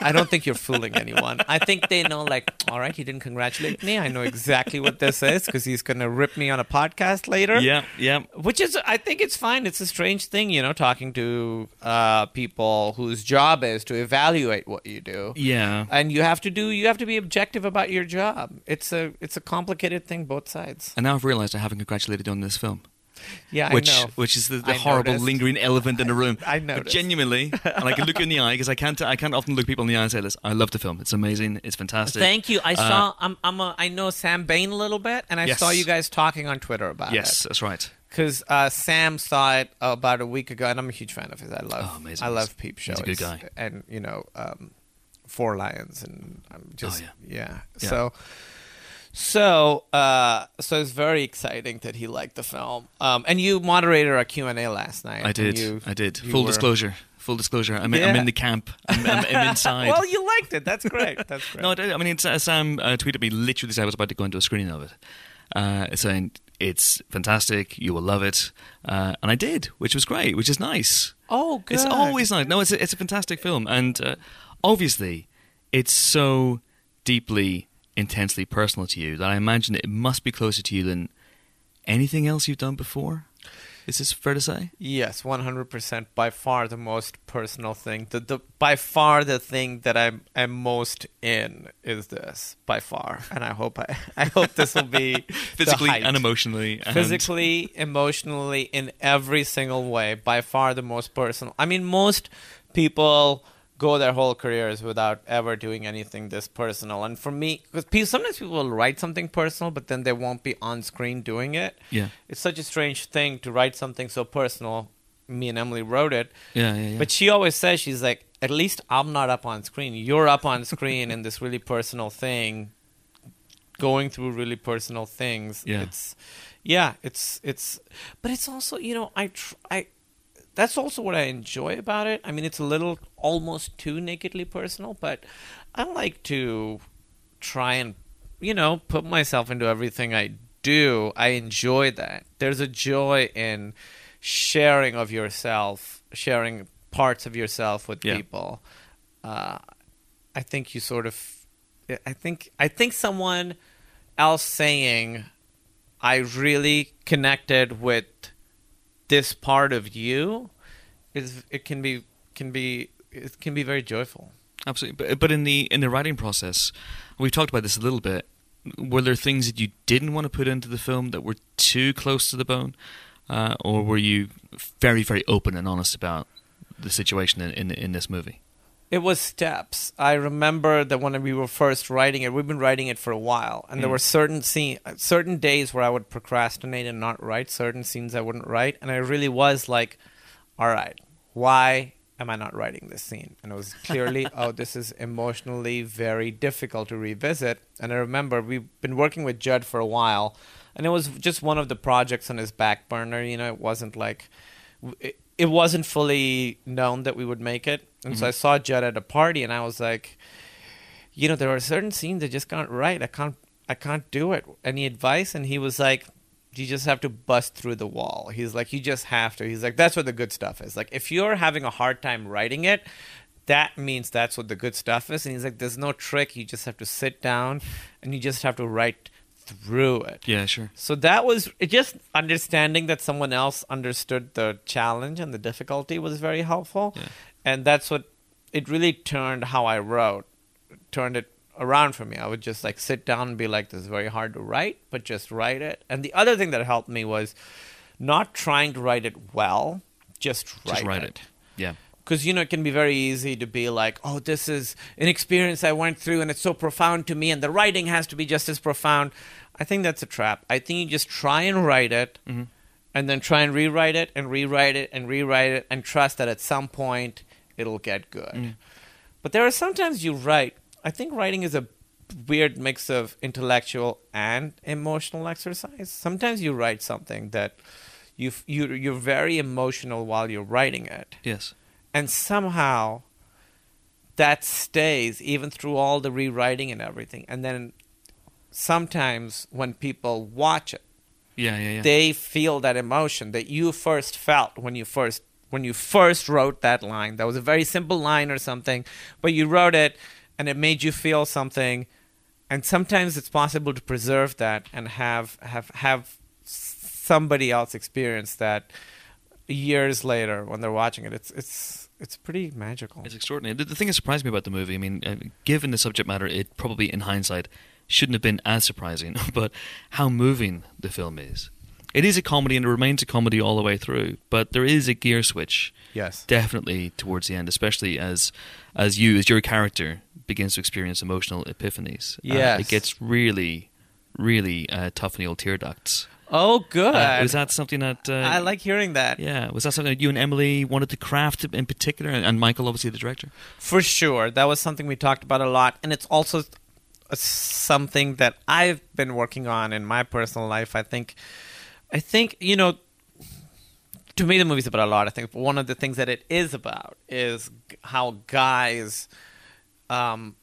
S9: I don't think you're fooling anyone. I think they know, like, all right, he didn't congratulate me. I know exactly what this is because he's going to rip me on a podcast later.
S1: Yeah, yeah.
S9: Which is, I think it's fine. It's a strange thing, you know, talking to uh, people whose job is to evaluate what you do.
S1: Yeah.
S9: And you have to do, you have to be objective about your job. It's a, it's a complicated thing, both sides.
S1: And now I've realised I haven't congratulated you on this film.
S9: Yeah,
S1: which
S9: I know.
S1: which is the, the
S9: I
S1: horrible
S9: noticed.
S1: lingering elephant in the room.
S9: I
S1: But
S9: noticed.
S1: genuinely, and I can look you in the eye because I can't I can't often look people in the eye and say, "Listen, I love the film. It's amazing. It's fantastic."
S9: Thank you. I
S1: Uh,
S9: saw. I'm. I'm. A, I know Sam Bain a little bit, and I
S1: Yes.
S9: saw you guys talking on Twitter about
S1: Yes,
S9: it.
S1: that's right.
S9: Because uh, Sam saw it about a week ago, and I'm a huge fan of his. I love.
S1: Oh, amazing.
S9: I
S1: He's-
S9: love Peep Show.
S1: he's a good
S9: It's-
S1: guy.
S9: And you know, um, Four Lions, and I'm just
S1: Oh, yeah.
S9: yeah.
S1: Yeah.
S9: So. So, uh, so it's very exciting that he liked the film. Um, and you moderated our Q and A last night.
S1: I
S9: and
S1: did.
S9: you-
S1: I did.
S9: you
S1: Full
S9: were-
S1: disclosure. Full disclosure. I'm, I'm
S9: Yeah.
S1: in the camp. I'm, I'm, I'm inside.
S9: Well, you liked it. That's great. That's great.
S1: No, I, don't- I mean, it's, uh, Sam uh, tweeted me literally as I was about to go into a screening of it, uh, saying it's fantastic, you will love it, uh, and I did, which was great, which is nice.
S9: Oh, good.
S1: It's always nice. No, it's a, it's a fantastic film, and uh, obviously, it's so deeply, intensely personal to you that I imagine it must be closer to you than anything else you've done before. Is this fair to say?
S9: Yes, 100% by far the most personal thing. The, the by far the thing that I'm am most in is this by far. And I hope I I hope this will be the
S1: Physically
S9: height.
S1: and emotionally. and-
S9: Physically, emotionally in every single way, by far the most personal. I mean most people go their whole careers without ever doing anything this personal. And for me, because sometimes people will write something personal, but then they won't be on screen doing it
S1: Yeah.
S9: it's such a strange thing to write something so personal. Me and Emily wrote it.
S1: Yeah, yeah, yeah.
S9: But she always says she's like, at least I'm not up on screen. You're up on screen in this really personal thing, going through really personal things.
S1: Yeah.
S9: It's, yeah, it's it's, but it's also you know I tr- I, that's also what I enjoy about it. I mean, it's a little almost too nakedly personal, but I like to try and you know put myself into everything I do. I enjoy that. There's a joy in sharing of yourself, sharing parts of yourself with
S1: Yeah.
S9: people. Uh, I think you sort of, I think I think someone else saying, "I really connected with this part of you," is it can be can be it can be very joyful.
S1: Absolutely, but but in the in the writing process, we've talked about this a little bit. Were there things that you didn't want to put into the film that were too close to the bone, uh, or were you very very open and honest about the situation in in, in this movie?
S9: It was steps. I remember that when we were first writing it, we've been writing it for a while, and there were certain scene, certain days where I would procrastinate and not write certain scenes I wouldn't write, and I really was like, "All right, why am I not writing this scene?" And it was clearly, "Oh, this is emotionally very difficult to revisit." And I remember we've been working with Judd for a while, and it was just one of the projects on his back burner. You know, it wasn't like it, it wasn't fully known that we would make it. And so I saw Judd at a party and I was like, you know, there are certain scenes I just can't write. I can't I can't do it. Any advice? And he was like, You just have to bust through the wall. He's like, You just have to. He's like, That's what the good stuff is. Like if you're having a hard time writing it, that means that's what the good stuff is. And he's like, There's no trick. You just have to sit down and you just have to write through it.
S1: Yeah, sure.
S9: So that was it just understanding that someone else understood the challenge and the difficulty was very helpful. And that's what it really turned how I wrote, turned it around for me. I would just like sit down and be like, this is very hard to write, but just write it. And the other thing that helped me was not trying to write it well, just write,
S1: Just write
S9: it
S1: it. Yeah,
S9: because you know it can be very easy to be like oh this is an experience i went through and it's so profound to me and the writing has to be just as profound i think that's a trap i think you just try and write it and then try and rewrite it and rewrite it and rewrite it and trust that at some point it'll get good but there are sometimes you write i think writing is a weird mix of intellectual and emotional exercise sometimes you write something that you f- you you're very emotional while you're writing it
S1: yes.
S9: and somehow that stays even through all the rewriting and everything and then sometimes when people watch it
S1: Yeah, yeah, yeah.
S9: they feel that emotion that you first felt when you first when you first wrote that line that was a very simple line or something but you wrote it and it made you feel something and sometimes it's possible to preserve that and have have have somebody else experience that years later when they're watching it it's it's it's pretty magical
S1: It's extraordinary. The, the thing that surprised me about the movie, I mean, uh, given the subject matter, it probably in hindsight shouldn't have been as surprising, but how moving the film is. It is a comedy and it remains a comedy all the way through, but there is a gear switch.
S9: Yes.
S1: Definitely towards the end, especially as as you as your character begins to experience emotional epiphanies. Uh,
S9: Yes.
S1: it gets really really uh, tough in the old tear ducts.
S9: Oh, good.
S1: Uh, was that something that uh,
S9: I like hearing that.
S1: Yeah, was that something that you and Emily wanted to craft in particular, and and Michael, obviously the director?
S9: For sure. That was something we talked about a lot. And it's also a- something that I've been working on in my personal life. I think, I think, you know, to me, the movie's about a lot. I think one of the things that it is about is g- how guys, um,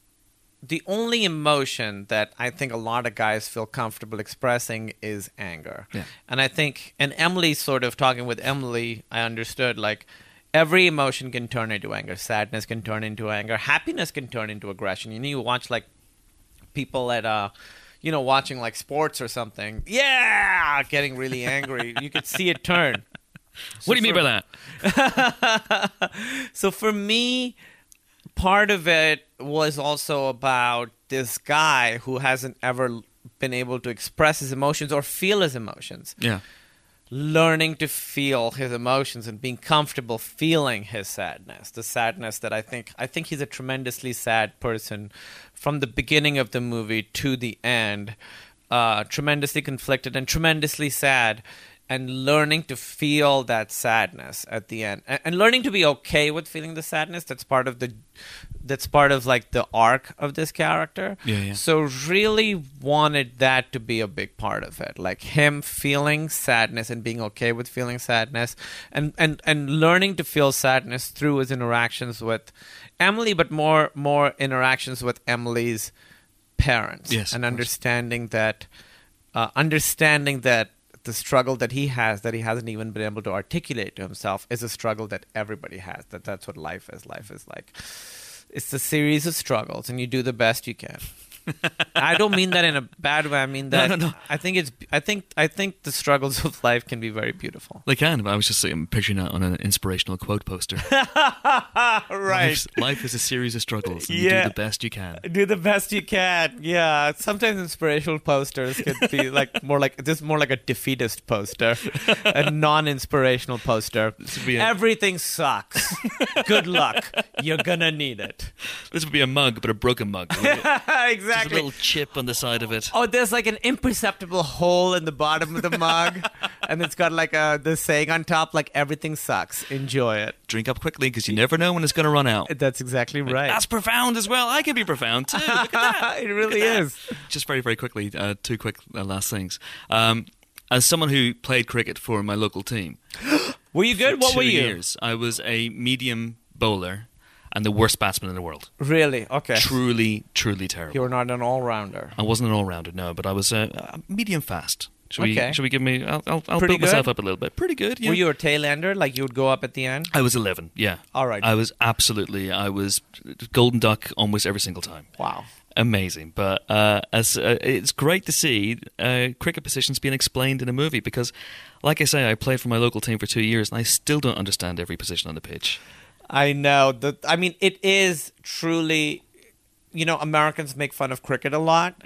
S9: the only emotion that I think a lot of guys feel comfortable expressing is anger.
S1: Yeah.
S9: And I think, and Emily sort of talking with Emily, I understood like every emotion can turn into anger. Sadness can turn into anger. Happiness can turn into aggression. You know, you watch like people at uh you know watching like sports or something yeah getting really angry you could see it turn
S1: what do you mean by
S9: for-
S1: that?
S9: so for me part of it was also about this guy who hasn't ever been able to express his emotions or feel his emotions
S1: Yeah,
S9: learning to feel his emotions and being comfortable feeling his sadness the sadness that i think i think he's a tremendously sad person from the beginning of the movie to the end uh, tremendously conflicted and tremendously sad and learning to feel that sadness at the end and, and learning to be okay with feeling the sadness that's part of the that's part of like the arc of this character
S1: Yeah, yeah.
S9: so really wanted that to be a big part of it like him feeling sadness and being okay with feeling sadness and and and learning to feel sadness through his interactions with Emily but more more interactions with Emily's parents
S1: Yes,
S9: and
S1: of course.
S9: understanding that uh, understanding that the struggle that he has that he hasn't even been able to articulate to himself is a struggle that everybody has that that's what life is life is like it's a series of struggles and you do the best you can i don't mean that in a bad way i mean that
S1: no, no.
S9: i think it's i think i think the struggles of life can be very beautiful
S1: they can. But I was just um, picturing that on an inspirational quote poster. Life's- life is a series of struggles. And You
S9: Yeah.
S1: do the best you can.
S9: do the best you can. Yeah. Sometimes inspirational posters could be like more like this is more like a defeatist poster, a non-inspirational poster.
S1: be a-
S9: Everything sucks. Good luck. You're gonna need it.
S1: This would be a mug, but a broken mug. with a- just a
S9: exactly.
S1: little chip on the side of it.
S9: Oh, there's like an imperceptible hole in the bottom of the mug, and it's got like a the saying on top, like everything sucks. Enjoy it.
S1: Drink up quickly because you never know when it's going to run out.
S9: That's exactly right.
S1: That's profound as well. I can be profound too. Look at that.
S9: it really is.
S1: just very, very quickly, uh, two quick uh, last things. Um, as someone who played cricket for my local team,
S9: Were you good? What
S1: two
S9: were you?
S1: years, I was a medium bowler and the worst batsman in the world.
S9: Really? Okay.
S1: Truly, truly terrible.
S9: You're not an all-rounder.
S1: I wasn't an all-rounder, no, but I was uh, uh, medium fast. Should
S9: Okay.
S1: we? Should we give me? I'll, I'll, I'll
S9: Pretty
S1: build myself
S9: good?
S1: up a little bit. Pretty good. Yeah.
S9: Were you a tail ender? Like you would go up at the end?
S1: I was 11. Yeah.
S9: All right.
S1: I was absolutely. I was golden duck almost every single time.
S9: Wow.
S1: Amazing, but uh, as uh, it's great to see uh, cricket positions being explained in a movie because, like I say, I played for my local team for two years and I still don't understand every position on the pitch.
S9: I know. The, I mean, it is truly. You know, Americans make fun of cricket a lot,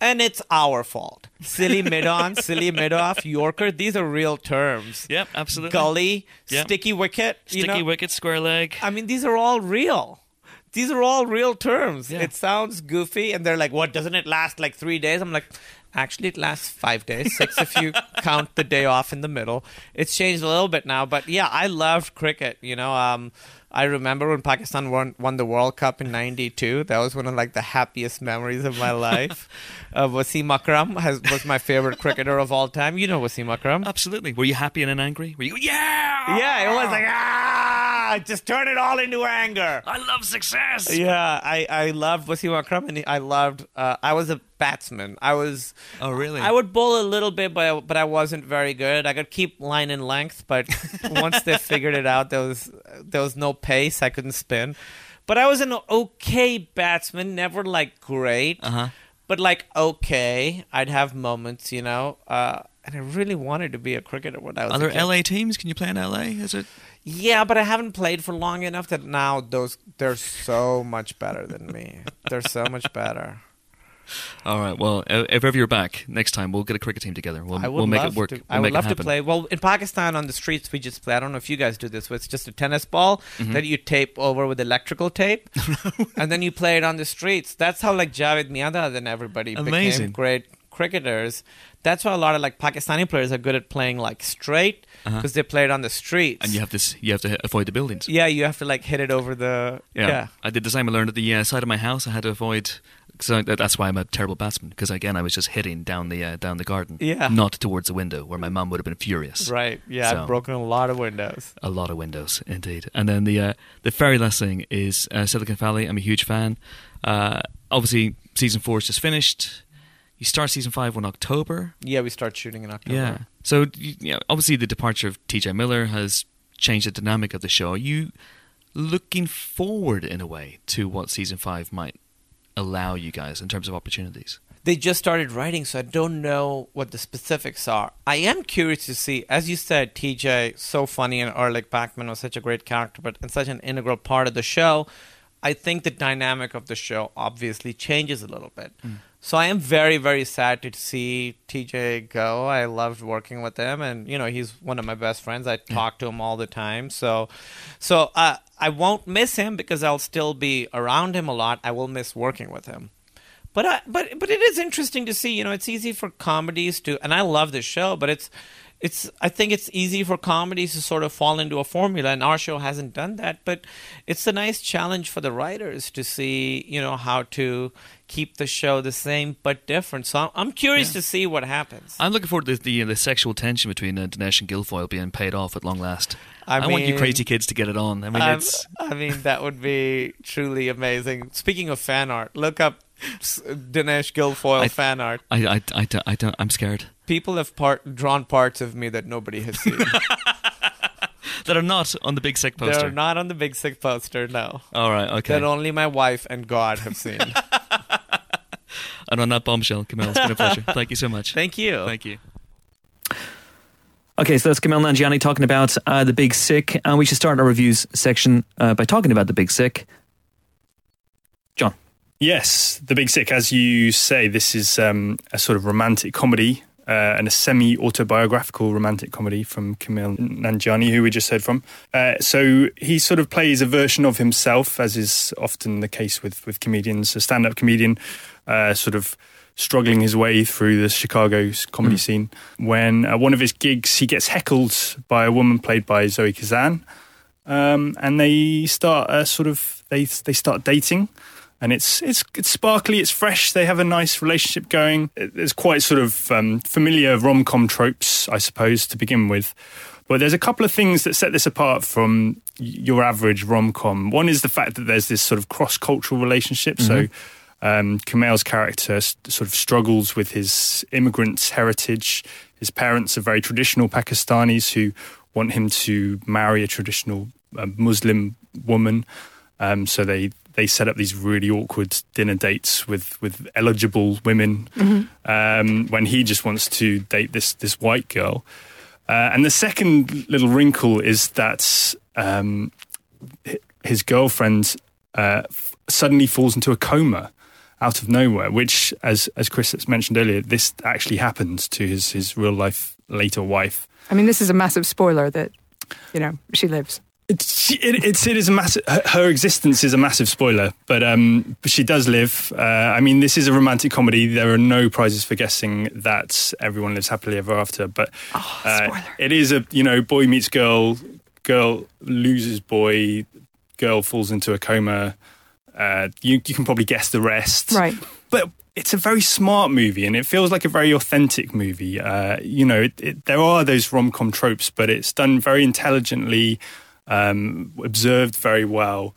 S9: and it's our fault. Silly mid on, silly mid off, Yorker. These are real terms.
S1: Yep, absolutely.
S9: Gully,
S1: Yep.
S9: sticky wicket. you
S1: Sticky
S9: know?
S1: wicket, square leg.
S9: I mean, these are all real. These are all real terms.
S1: Yeah.
S9: It sounds goofy, and they're like, "What? Doesn't it last like three days?" I'm like, "Actually, it lasts five days, six if you count the day off in the middle." It's changed a little bit now, but yeah, I loved cricket. You know, um, I remember when Pakistan won won the World Cup in '92. That was one of like the happiest memories of my life. uh, Wasim Akram has, was my favorite cricketer of all time. You know Wasim Akram.
S1: Absolutely. Were you happy and then angry? Were you? Yeah.
S9: Yeah, it was like ah, just turn it all into anger.
S1: I love success.
S9: Yeah, I I loved Wasim Akram, and I loved. Uh, I was a batsman. I was.
S1: Oh, really?
S9: I would bowl a little bit, but I, but I wasn't very good. I could keep line and length, but once they figured it out, there was there was no pace. I couldn't spin, but I was an okay batsman. Never like great, uh-huh. but like okay. I'd have moments, you know. Uh, and I really wanted to be a cricketer when I was.
S1: Are
S9: a
S1: there
S9: kid.
S1: LA teams? Can you play in LA? Is it?
S9: Yeah, but I haven't played for long enough that now those they're so much better than me. They're so much better.
S1: All right. Well, uh, if ever you're back next time, we'll get a cricket team together. We'll,
S9: I would
S1: we'll make
S9: love
S1: it work.
S9: To,
S1: We'll
S9: I would
S1: make it
S9: love to
S1: happen.
S9: play. Well, in Pakistan, on the streets, we just play. I don't know if you guys do this, but it's just a tennis ball
S1: Mm-hmm.
S9: that you tape over with electrical tape, and then you play it on the streets. That's how like Javed Miadad and everybody
S1: Amazing.
S9: became great cricketers. That's why a lot of like Pakistani players are good at playing like straight because they play it on the streets.
S1: Uh-huh. And you have this. You have to avoid the buildings.
S9: yeah, you have to like hit it over the yeah.
S1: I did the same. I learned at the uh, side of my house. I had to avoid. So that- that's why I'm a terrible batsman because again I was just hitting down the uh, down the garden,
S9: Yeah.
S1: not towards the window where my mum would have been furious.
S9: Right. Yeah,
S1: So-
S9: I've broken a lot of windows.
S1: A lot of windows, indeed. And then the uh, the very last thing is uh, Silicon Valley. I'm a huge fan. Uh, obviously, season four is just finished. You start season five in October.
S9: Yeah, we start shooting in October.
S1: Yeah. So you, you know, obviously, the departure of T.J. Miller has changed the dynamic of the show. Are you looking forward in a way to what season five might allow you guys in terms of opportunities?
S9: they just started writing, so I don't know what the specifics are. I am curious to see, as you said, TJ, so funny, and Erlich Bachman was such a great character, but and such an integral part of the show. I think the dynamic of the show obviously changes a little bit. So I am very, very sad to see TJ go. I loved working with him, and you know he's one of my best friends. I talk to him all the time, so so uh, I won't miss him because I'll still be around him a lot. I will miss working with him. But I, but but it is interesting to see. You know, it's easy for comedies to, and I love this show, but it's it's. I think it's easy for comedies to sort of fall into a formula, and our show hasn't done that. But it's a nice challenge for the writers to see, you know, how to keep the show the same but different. So I'm, I'm curious to see what happens.
S1: I'm looking forward to the the, the sexual tension between uh, Dinesh and Guilfoyle being paid off at long last.
S9: I
S1: want you
S9: mean-
S1: crazy kids to get it on. I mean,
S9: Um,
S1: it's
S9: I mean, that would be truly amazing. Speaking of fan art, look up s- Dinesh Guilfoyle
S1: I-
S9: fan art.
S1: I I, I, don't- I don't. I'm scared
S9: People have part, drawn parts of me that nobody has seen.
S1: that are not on the big sick poster.
S9: They're not on the big sick poster, no.
S1: All right. Okay.
S9: That only my wife and God have seen.
S1: and on that bombshell, Camille, it's been a pleasure. Thank you so much.
S9: Thank you.
S1: Thank you.
S8: Okay, so that's Kamel Nanjiani talking about uh, the Big Sick, and we should start our reviews section uh, by talking about the Big Sick. John,
S4: Yes, The Big Sick, as you say, this is um, a sort of romantic comedy uh, and a semi autobiographical romantic comedy from Camille Nanjiani, who we just heard from. Uh, so he sort of plays a version of himself, as is often the case with, with comedians, a stand up comedian, uh, sort of struggling his way through the Chicago s- comedy scene. When at one of his gigs, he gets heckled by a woman played by Zoe Kazan um, and they start a sort of they they start dating, and it's it's it's sparkly, it's fresh. They have a nice relationship going. It- There's quite sort of um, familiar rom com tropes, I suppose, to begin with. But there's a couple of things that set this apart from y- your average rom com. One is the fact that there's this sort of cross cultural relationship. So um, Kamel's character s- sort of struggles with his immigrant heritage. His parents are very traditional Pakistanis who want him to marry a traditional uh, Muslim woman. Um, so they they set up these really awkward dinner dates with with eligible women um, when he just wants to date this this white girl. Uh, and the second little wrinkle is that um, hi- his girlfriend uh, f- suddenly falls into a coma out of nowhere, which, as as Chris has mentioned earlier, this actually happened to his his real life later wife.
S3: I mean, this is a massive spoiler that, you know, she lives.
S4: It's it, it's it is a massive. Her her existence is a massive spoiler, but um, but she does live. Uh, I mean, this is a romantic comedy. There are no prizes for guessing that everyone lives happily ever after. But uh, it is a you know boy meets girl, girl loses boy, girl falls into a coma. Uh, you you can probably guess the rest,
S3: Right.
S4: but it's a very smart movie and it feels like a very authentic movie. Uh, you know, it, it, there are those rom com tropes, but it's done very intelligently, um, observed very well.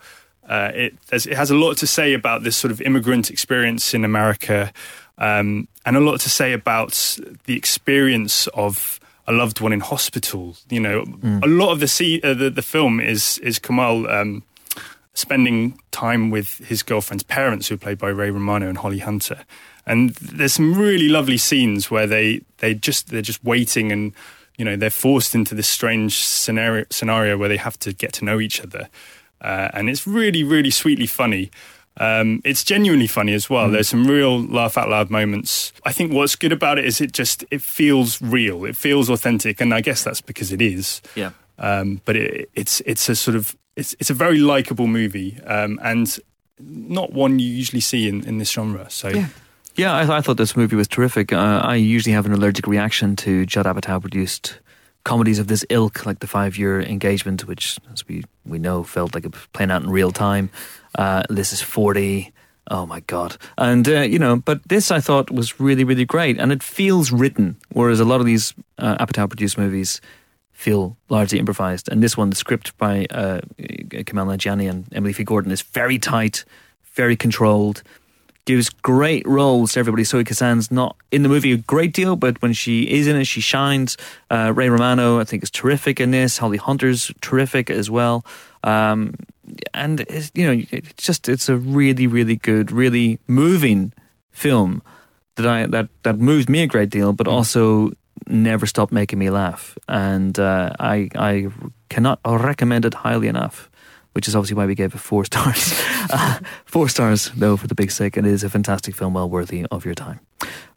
S4: Uh, it, there's- it has a lot to say about this sort of immigrant experience in America um, and a lot to say about the experience of a loved one in hospital. You know, a lot of the, se- uh, the, the film is, is Kamal. Um, spending time with his girlfriend's parents, who are played by Ray Romano and Holly Hunter. And there's some really lovely scenes where they they just they're just waiting and you know they're forced into this strange scenario scenario where they have to get to know each other, uh, and it's really really sweetly funny. Um, it's genuinely funny as well. There's some real laugh out loud moments. I think what's good about it is it just it feels real. It feels authentic, and I guess that's because it is.
S8: Yeah.
S4: Um, but it, it's it's a sort of it's it's a very likable movie, um, and not one you usually see in, in this genre. So
S3: Yeah.
S8: Yeah, I, I thought this movie was terrific. Uh, I usually have an allergic reaction to Judd Apatow produced comedies of this ilk, like the Five Year Engagement, which, as we, we know, felt like it was playing out in real time. Uh, this is 40. Oh my God. And, uh, you know, but this I thought was really, really great. And it feels written, whereas a lot of these uh, Apatow produced movies feel largely improvised. And this one, the script by uh, Kamal Nanjiani and Emily F. Gordon, is very tight, very controlled gives great roles to everybody. Zoe Kazan's not in the movie a great deal, but when she is in it, she shines. Uh, Ray Romano, I think, is terrific in this. Holly Hunter's terrific as well. Um, and it's, you know, it's just it's a really, really good, really moving film that I that that moves me a great deal, but also never stopped making me laugh. And uh, I I cannot recommend it highly enough which is obviously why we gave it four stars. uh, four stars, though, for the big sake. It is a fantastic film, well worthy of your time.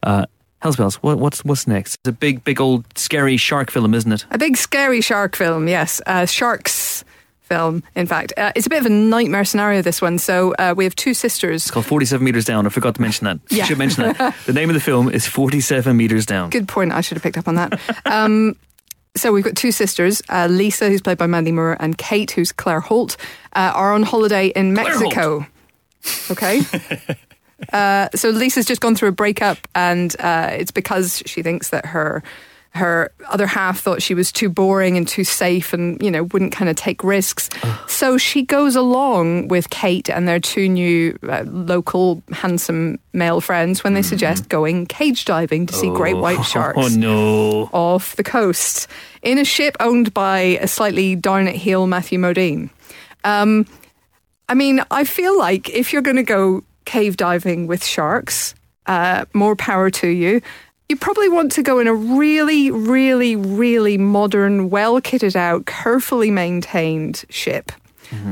S8: Uh, Hellspells, what, what's what's next? It's a big, big old scary shark film, isn't it?
S3: A big scary shark film, yes. Uh, sharks film, in fact. Uh, it's a bit of a nightmare scenario, this one. So uh, we have two sisters.
S8: It's called 47 Meters Down. I forgot to mention that.
S3: Yeah.
S8: Should mention that. The name of the film is 47 Meters Down.
S3: Good point. I should have picked up on that. Um, so we've got two sisters, uh, Lisa, who's played by Mandy Moore, and Kate, who's Claire Holt, uh, are on holiday in Mexico. Okay. uh, so Lisa's just gone through a breakup, and uh, it's because she thinks that her her other half thought she was too boring and too safe, and you know wouldn't kind of take risks. so she goes along with Kate and their two new uh, local handsome male friends when they suggest going cage diving to see great white sharks
S8: Mm-hmm. Oh, no.
S3: off the coast in a ship owned by a slightly down at heel Matthew Modine. Um, I mean, I feel like if you're going to go cave diving with sharks, uh, more power to you. You probably want to go in a really, really, really modern, well kitted out, carefully maintained ship.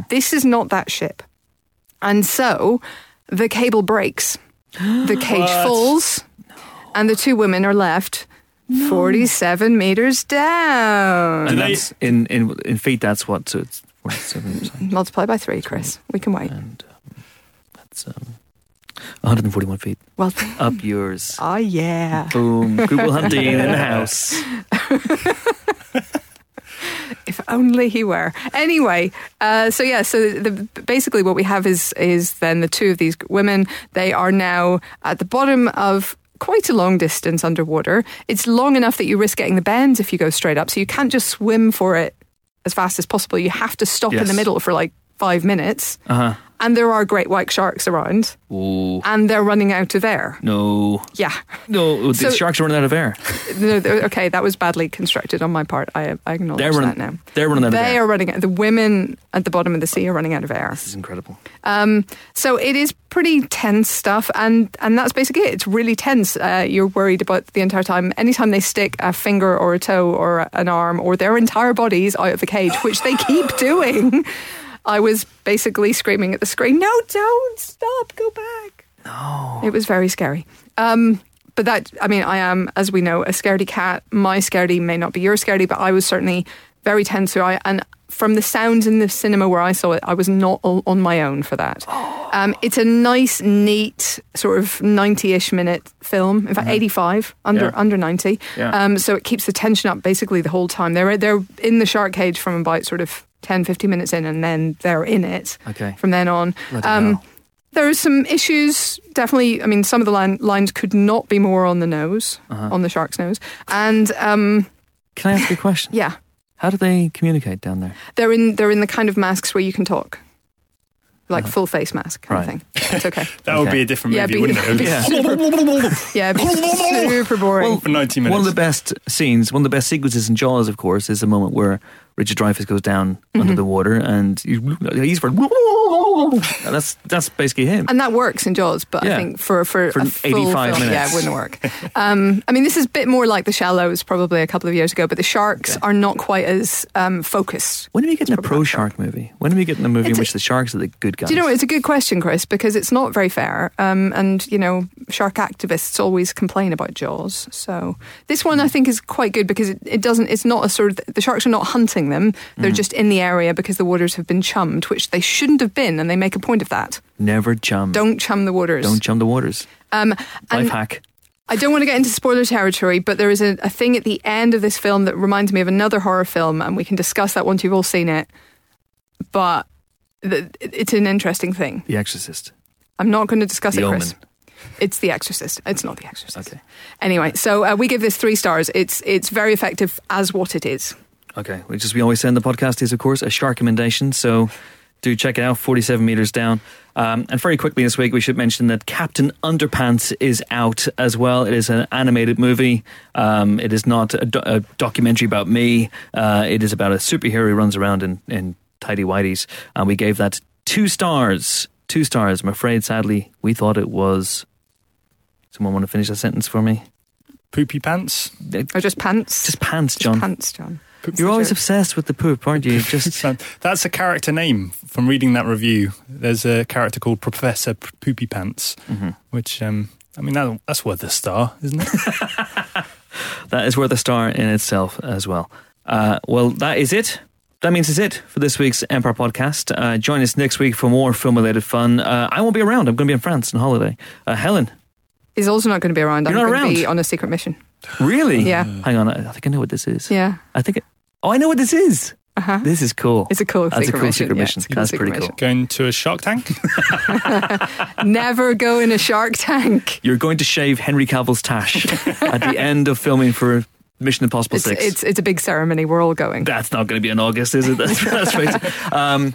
S3: This is not that ship. And so the cable breaks, the cage falls, and the two women are left 47 meters down.
S8: And
S4: they-
S8: that's in, in, in feet, that's what? So it's 47 meters down.
S3: Multiply by three, Chris. We can wait.
S8: And um, that's um, 141 feet.
S3: Well,
S8: Up yours.
S3: ah, yeah.
S8: Boom. Google hunting in the house.
S3: If only he were. Anyway, uh, so yeah, so the, basically what we have is is then the two of these women. They are now at the bottom of quite a long distance underwater. It's long enough that you risk getting the bends if you go straight up. So you can't just swim for it as fast as possible. You have to stop in
S8: Yes.
S3: the middle for like five minutes.
S8: Uh-huh.
S3: And there are great white sharks around,
S8: Oh,
S3: and they're running out of air.
S8: no.
S3: Yeah.
S8: No, uh, the
S3: So-
S8: sharks are running out of air.
S3: No, th- okay, that was badly constructed on my part. I, I acknowledge
S8: They're running,
S3: that now.
S8: they're running out of
S3: They
S8: air.
S3: are running out. The women at the bottom of the sea are running out of air.
S8: this is incredible.
S3: Um, so it is pretty tense stuff, and and that's basically it. It's really tense. Uh, you're worried about the entire time. Anytime they stick a finger or a toe or an arm or their entire bodies out of the cage, which they keep doing, I was basically screaming at the screen, "No, don't stop! Go back!" No, it was very scary. Um, but that, I mean, I am, as we know, a scaredy cat. My scaredy may not be your scaredy, but I was certainly very tense. So I, and from the sounds in the cinema where I saw it, I was not all on my own for that. Um, it's a nice, neat, sort of 90 ish minute film. In fact, 85, under
S8: Mm-hmm. Yeah.
S3: under 90.
S8: Yeah.
S3: Um, so it keeps the tension up basically the whole time. They're, they're in the shark cage from about sort of 10, 15 minutes in, and then they're in it
S8: Okay.
S3: from then on. Um,
S8: Bloody hell.
S3: there are some issues, definitely. I mean, some of the line, lines could not be more on the nose, on the shark's nose. And um,
S8: Uh-huh. Can I ask you a question?
S3: yeah,
S8: How do they communicate down there?
S3: they're in they're in the kind of masks where you can talk, like full face mask kind
S8: Uh-huh.
S3: of
S8: Right.
S3: thing. It's okay.
S4: that would be a different
S3: Yeah,
S4: movie,
S3: be-
S4: wouldn't it?
S3: Yeah.
S4: For
S3: Yeah, it'd be super boring.
S4: ninety minutes.
S8: One of the best scenes, one of the best sequences in Jaws, of course, is the moment where Richard Dreyfuss goes down
S3: Mm-hmm.
S8: under the water, and you, he's for that's that's basically him.
S3: And that works in Jaws, but
S8: Yeah.
S3: I think for for,
S8: For
S3: a full
S8: 85
S3: film, yeah,
S8: minutes.
S3: it wouldn't work. Um, I mean, this is a bit more like The Shallows, probably a couple of years ago, but the sharks are not quite as um, focused.
S8: When are we getting a pro shark movie? When are we getting a movie in
S3: It's a-
S8: which the sharks are the good guys?
S3: Do you know it's a good question, Chris? Because it's not very fair, um, and you know shark activists always complain about Jaws. So this one I think is quite good because it, it doesn't. It's not a sort of the sharks are not hunting them; they're just in the area because the waters have been chummed, which they shouldn't have been, and they make a point of that.
S8: Never chum.
S3: Don't chum the waters.
S8: Don't chum the waters.
S3: Um,
S8: Life
S3: and
S8: hack.
S3: I don't want to get into spoiler territory, but there is a, a thing at the end of this film that reminds me of another horror film, and we can discuss that once you've all seen it. But the, it's an interesting thing.
S8: The Exorcist.
S3: I'm not going to discuss
S8: The
S3: it,
S8: Omen.
S3: Chris. It's The Exorcist. It's not The Exorcist.
S8: Okay.
S3: Anyway, so uh, we give this three stars. It's it's very effective as what it is.
S8: Okay, which is we always say in the podcast is of course a shark recommendation. So do check it out. Forty-seven meters down. Um, and very quickly this week, we should mention that Captain Underpants is out as well. It is an animated movie. Um, it is not a, do- a documentary about me. Uh, it is about a superhero who runs around in, in tidy whities. And we gave that two stars. Two stars. I'm afraid, sadly, we thought it was. Someone want to finish that sentence for me?
S4: Poopy pants.
S3: Or just pants.
S8: Just pants, John.
S3: Just pants, John.
S8: You're always obsessed with the poop, aren't you? Just
S4: So Um, that's a character name from reading that review. There's a character called Professor P- Poopy Pants,
S3: Mm-hmm.
S4: which um, I mean that, that's worth a star, isn't it?
S8: that is worth a star in itself as well. Uh, well, that is it. That means it's it for this week's Empire podcast. Uh, join us next week for more film related fun. Uh, I won't be around. I'm going to be in France on holiday. Uh, Helen,
S3: He's also not going to be around.
S8: You're
S3: I'm
S8: not
S3: going to be
S8: around?
S3: on a secret mission.
S8: really? Uh,
S3: Yeah.
S8: Hang on. I I think I know what this is.
S3: Yeah.
S8: I think. It, oh, I know what this is.
S3: Uh-huh.
S8: This is cool.
S3: It's a cool
S8: That's
S3: secret
S8: a cool
S3: mission.
S8: secret
S3: Yeah,
S8: mission.
S3: it's a cool
S8: That's
S3: secret
S8: pretty
S3: mission.
S8: cool.
S4: Going to a shark tank.
S3: Never go in a shark tank.
S8: You're going to shave Henry Cavill's tash at the end of filming for Mission Impossible
S3: It's,
S8: 6.
S3: it's it's a big ceremony. We're all going.
S8: That's not going to be in August, is it? That's, that's right. Um,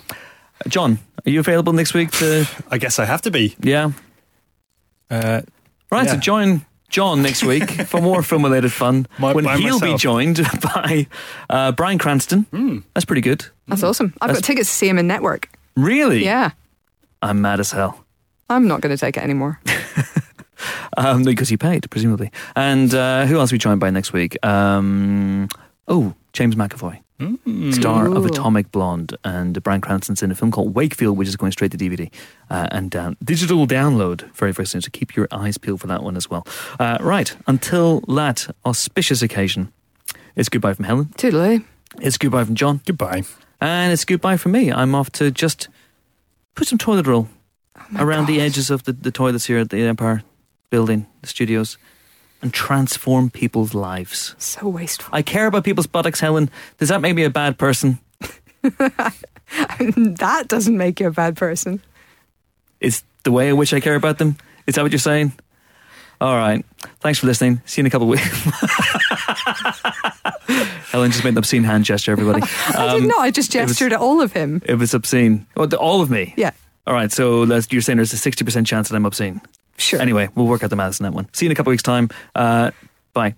S8: John, are you available next week to.
S4: I guess I have to be.
S8: Yeah.
S4: Uh,
S8: Right, so
S4: Yeah.
S8: join John next week for more film related fun
S4: My-
S8: when
S4: by
S8: he'll be
S4: myself. Hmm.
S8: joined by uh, Brian Cranston. That's pretty good.
S3: That's awesome. I've
S8: That's-
S3: got tickets to see him in Network.
S8: Really?
S3: Yeah.
S8: I'm mad as hell.
S3: I'm not going to take it anymore.
S8: Um, because he paid, presumably. And uh, who else are we joined by next week? Um, oh, James McAvoy,
S4: Hmm. mm.
S8: star of
S3: Ooh.
S8: Atomic Blonde. And Brian Cranston's in a film called Wakefield, which is going straight to DVD uh, and down digital download very, very soon. So keep your eyes peeled for that one as well. Uh, right, until that auspicious occasion, it's goodbye from Helen.
S3: Toodaloo.
S8: It's goodbye from John,
S4: goodbye.
S8: and it's goodbye from me. I'm off to just put some toilet roll around the
S3: gosh.
S8: edges of the, the toilets here at the Empire building, the studios, and transform people's lives.
S3: So wasteful.
S8: I care about people's buttocks, Helen. Does that make me a bad person?
S3: that doesn't make you a bad person.
S8: Is the way in which I care about them? Is that what you're saying? All right. Thanks for listening. See you in a couple of weeks. Helen just made an obscene hand gesture, everybody.
S3: I
S8: Um,
S3: didn't know. I just
S8: it was-
S3: gestured at all of him.
S8: It was obscene. Oh, the- all of me.
S3: Yeah.
S8: All right, so that's, you're saying there's a 60% chance that I'm obscene.
S3: Sure.
S8: Anyway, we'll work out the maths on that one. See you in a couple weeks' time. Uh, bye.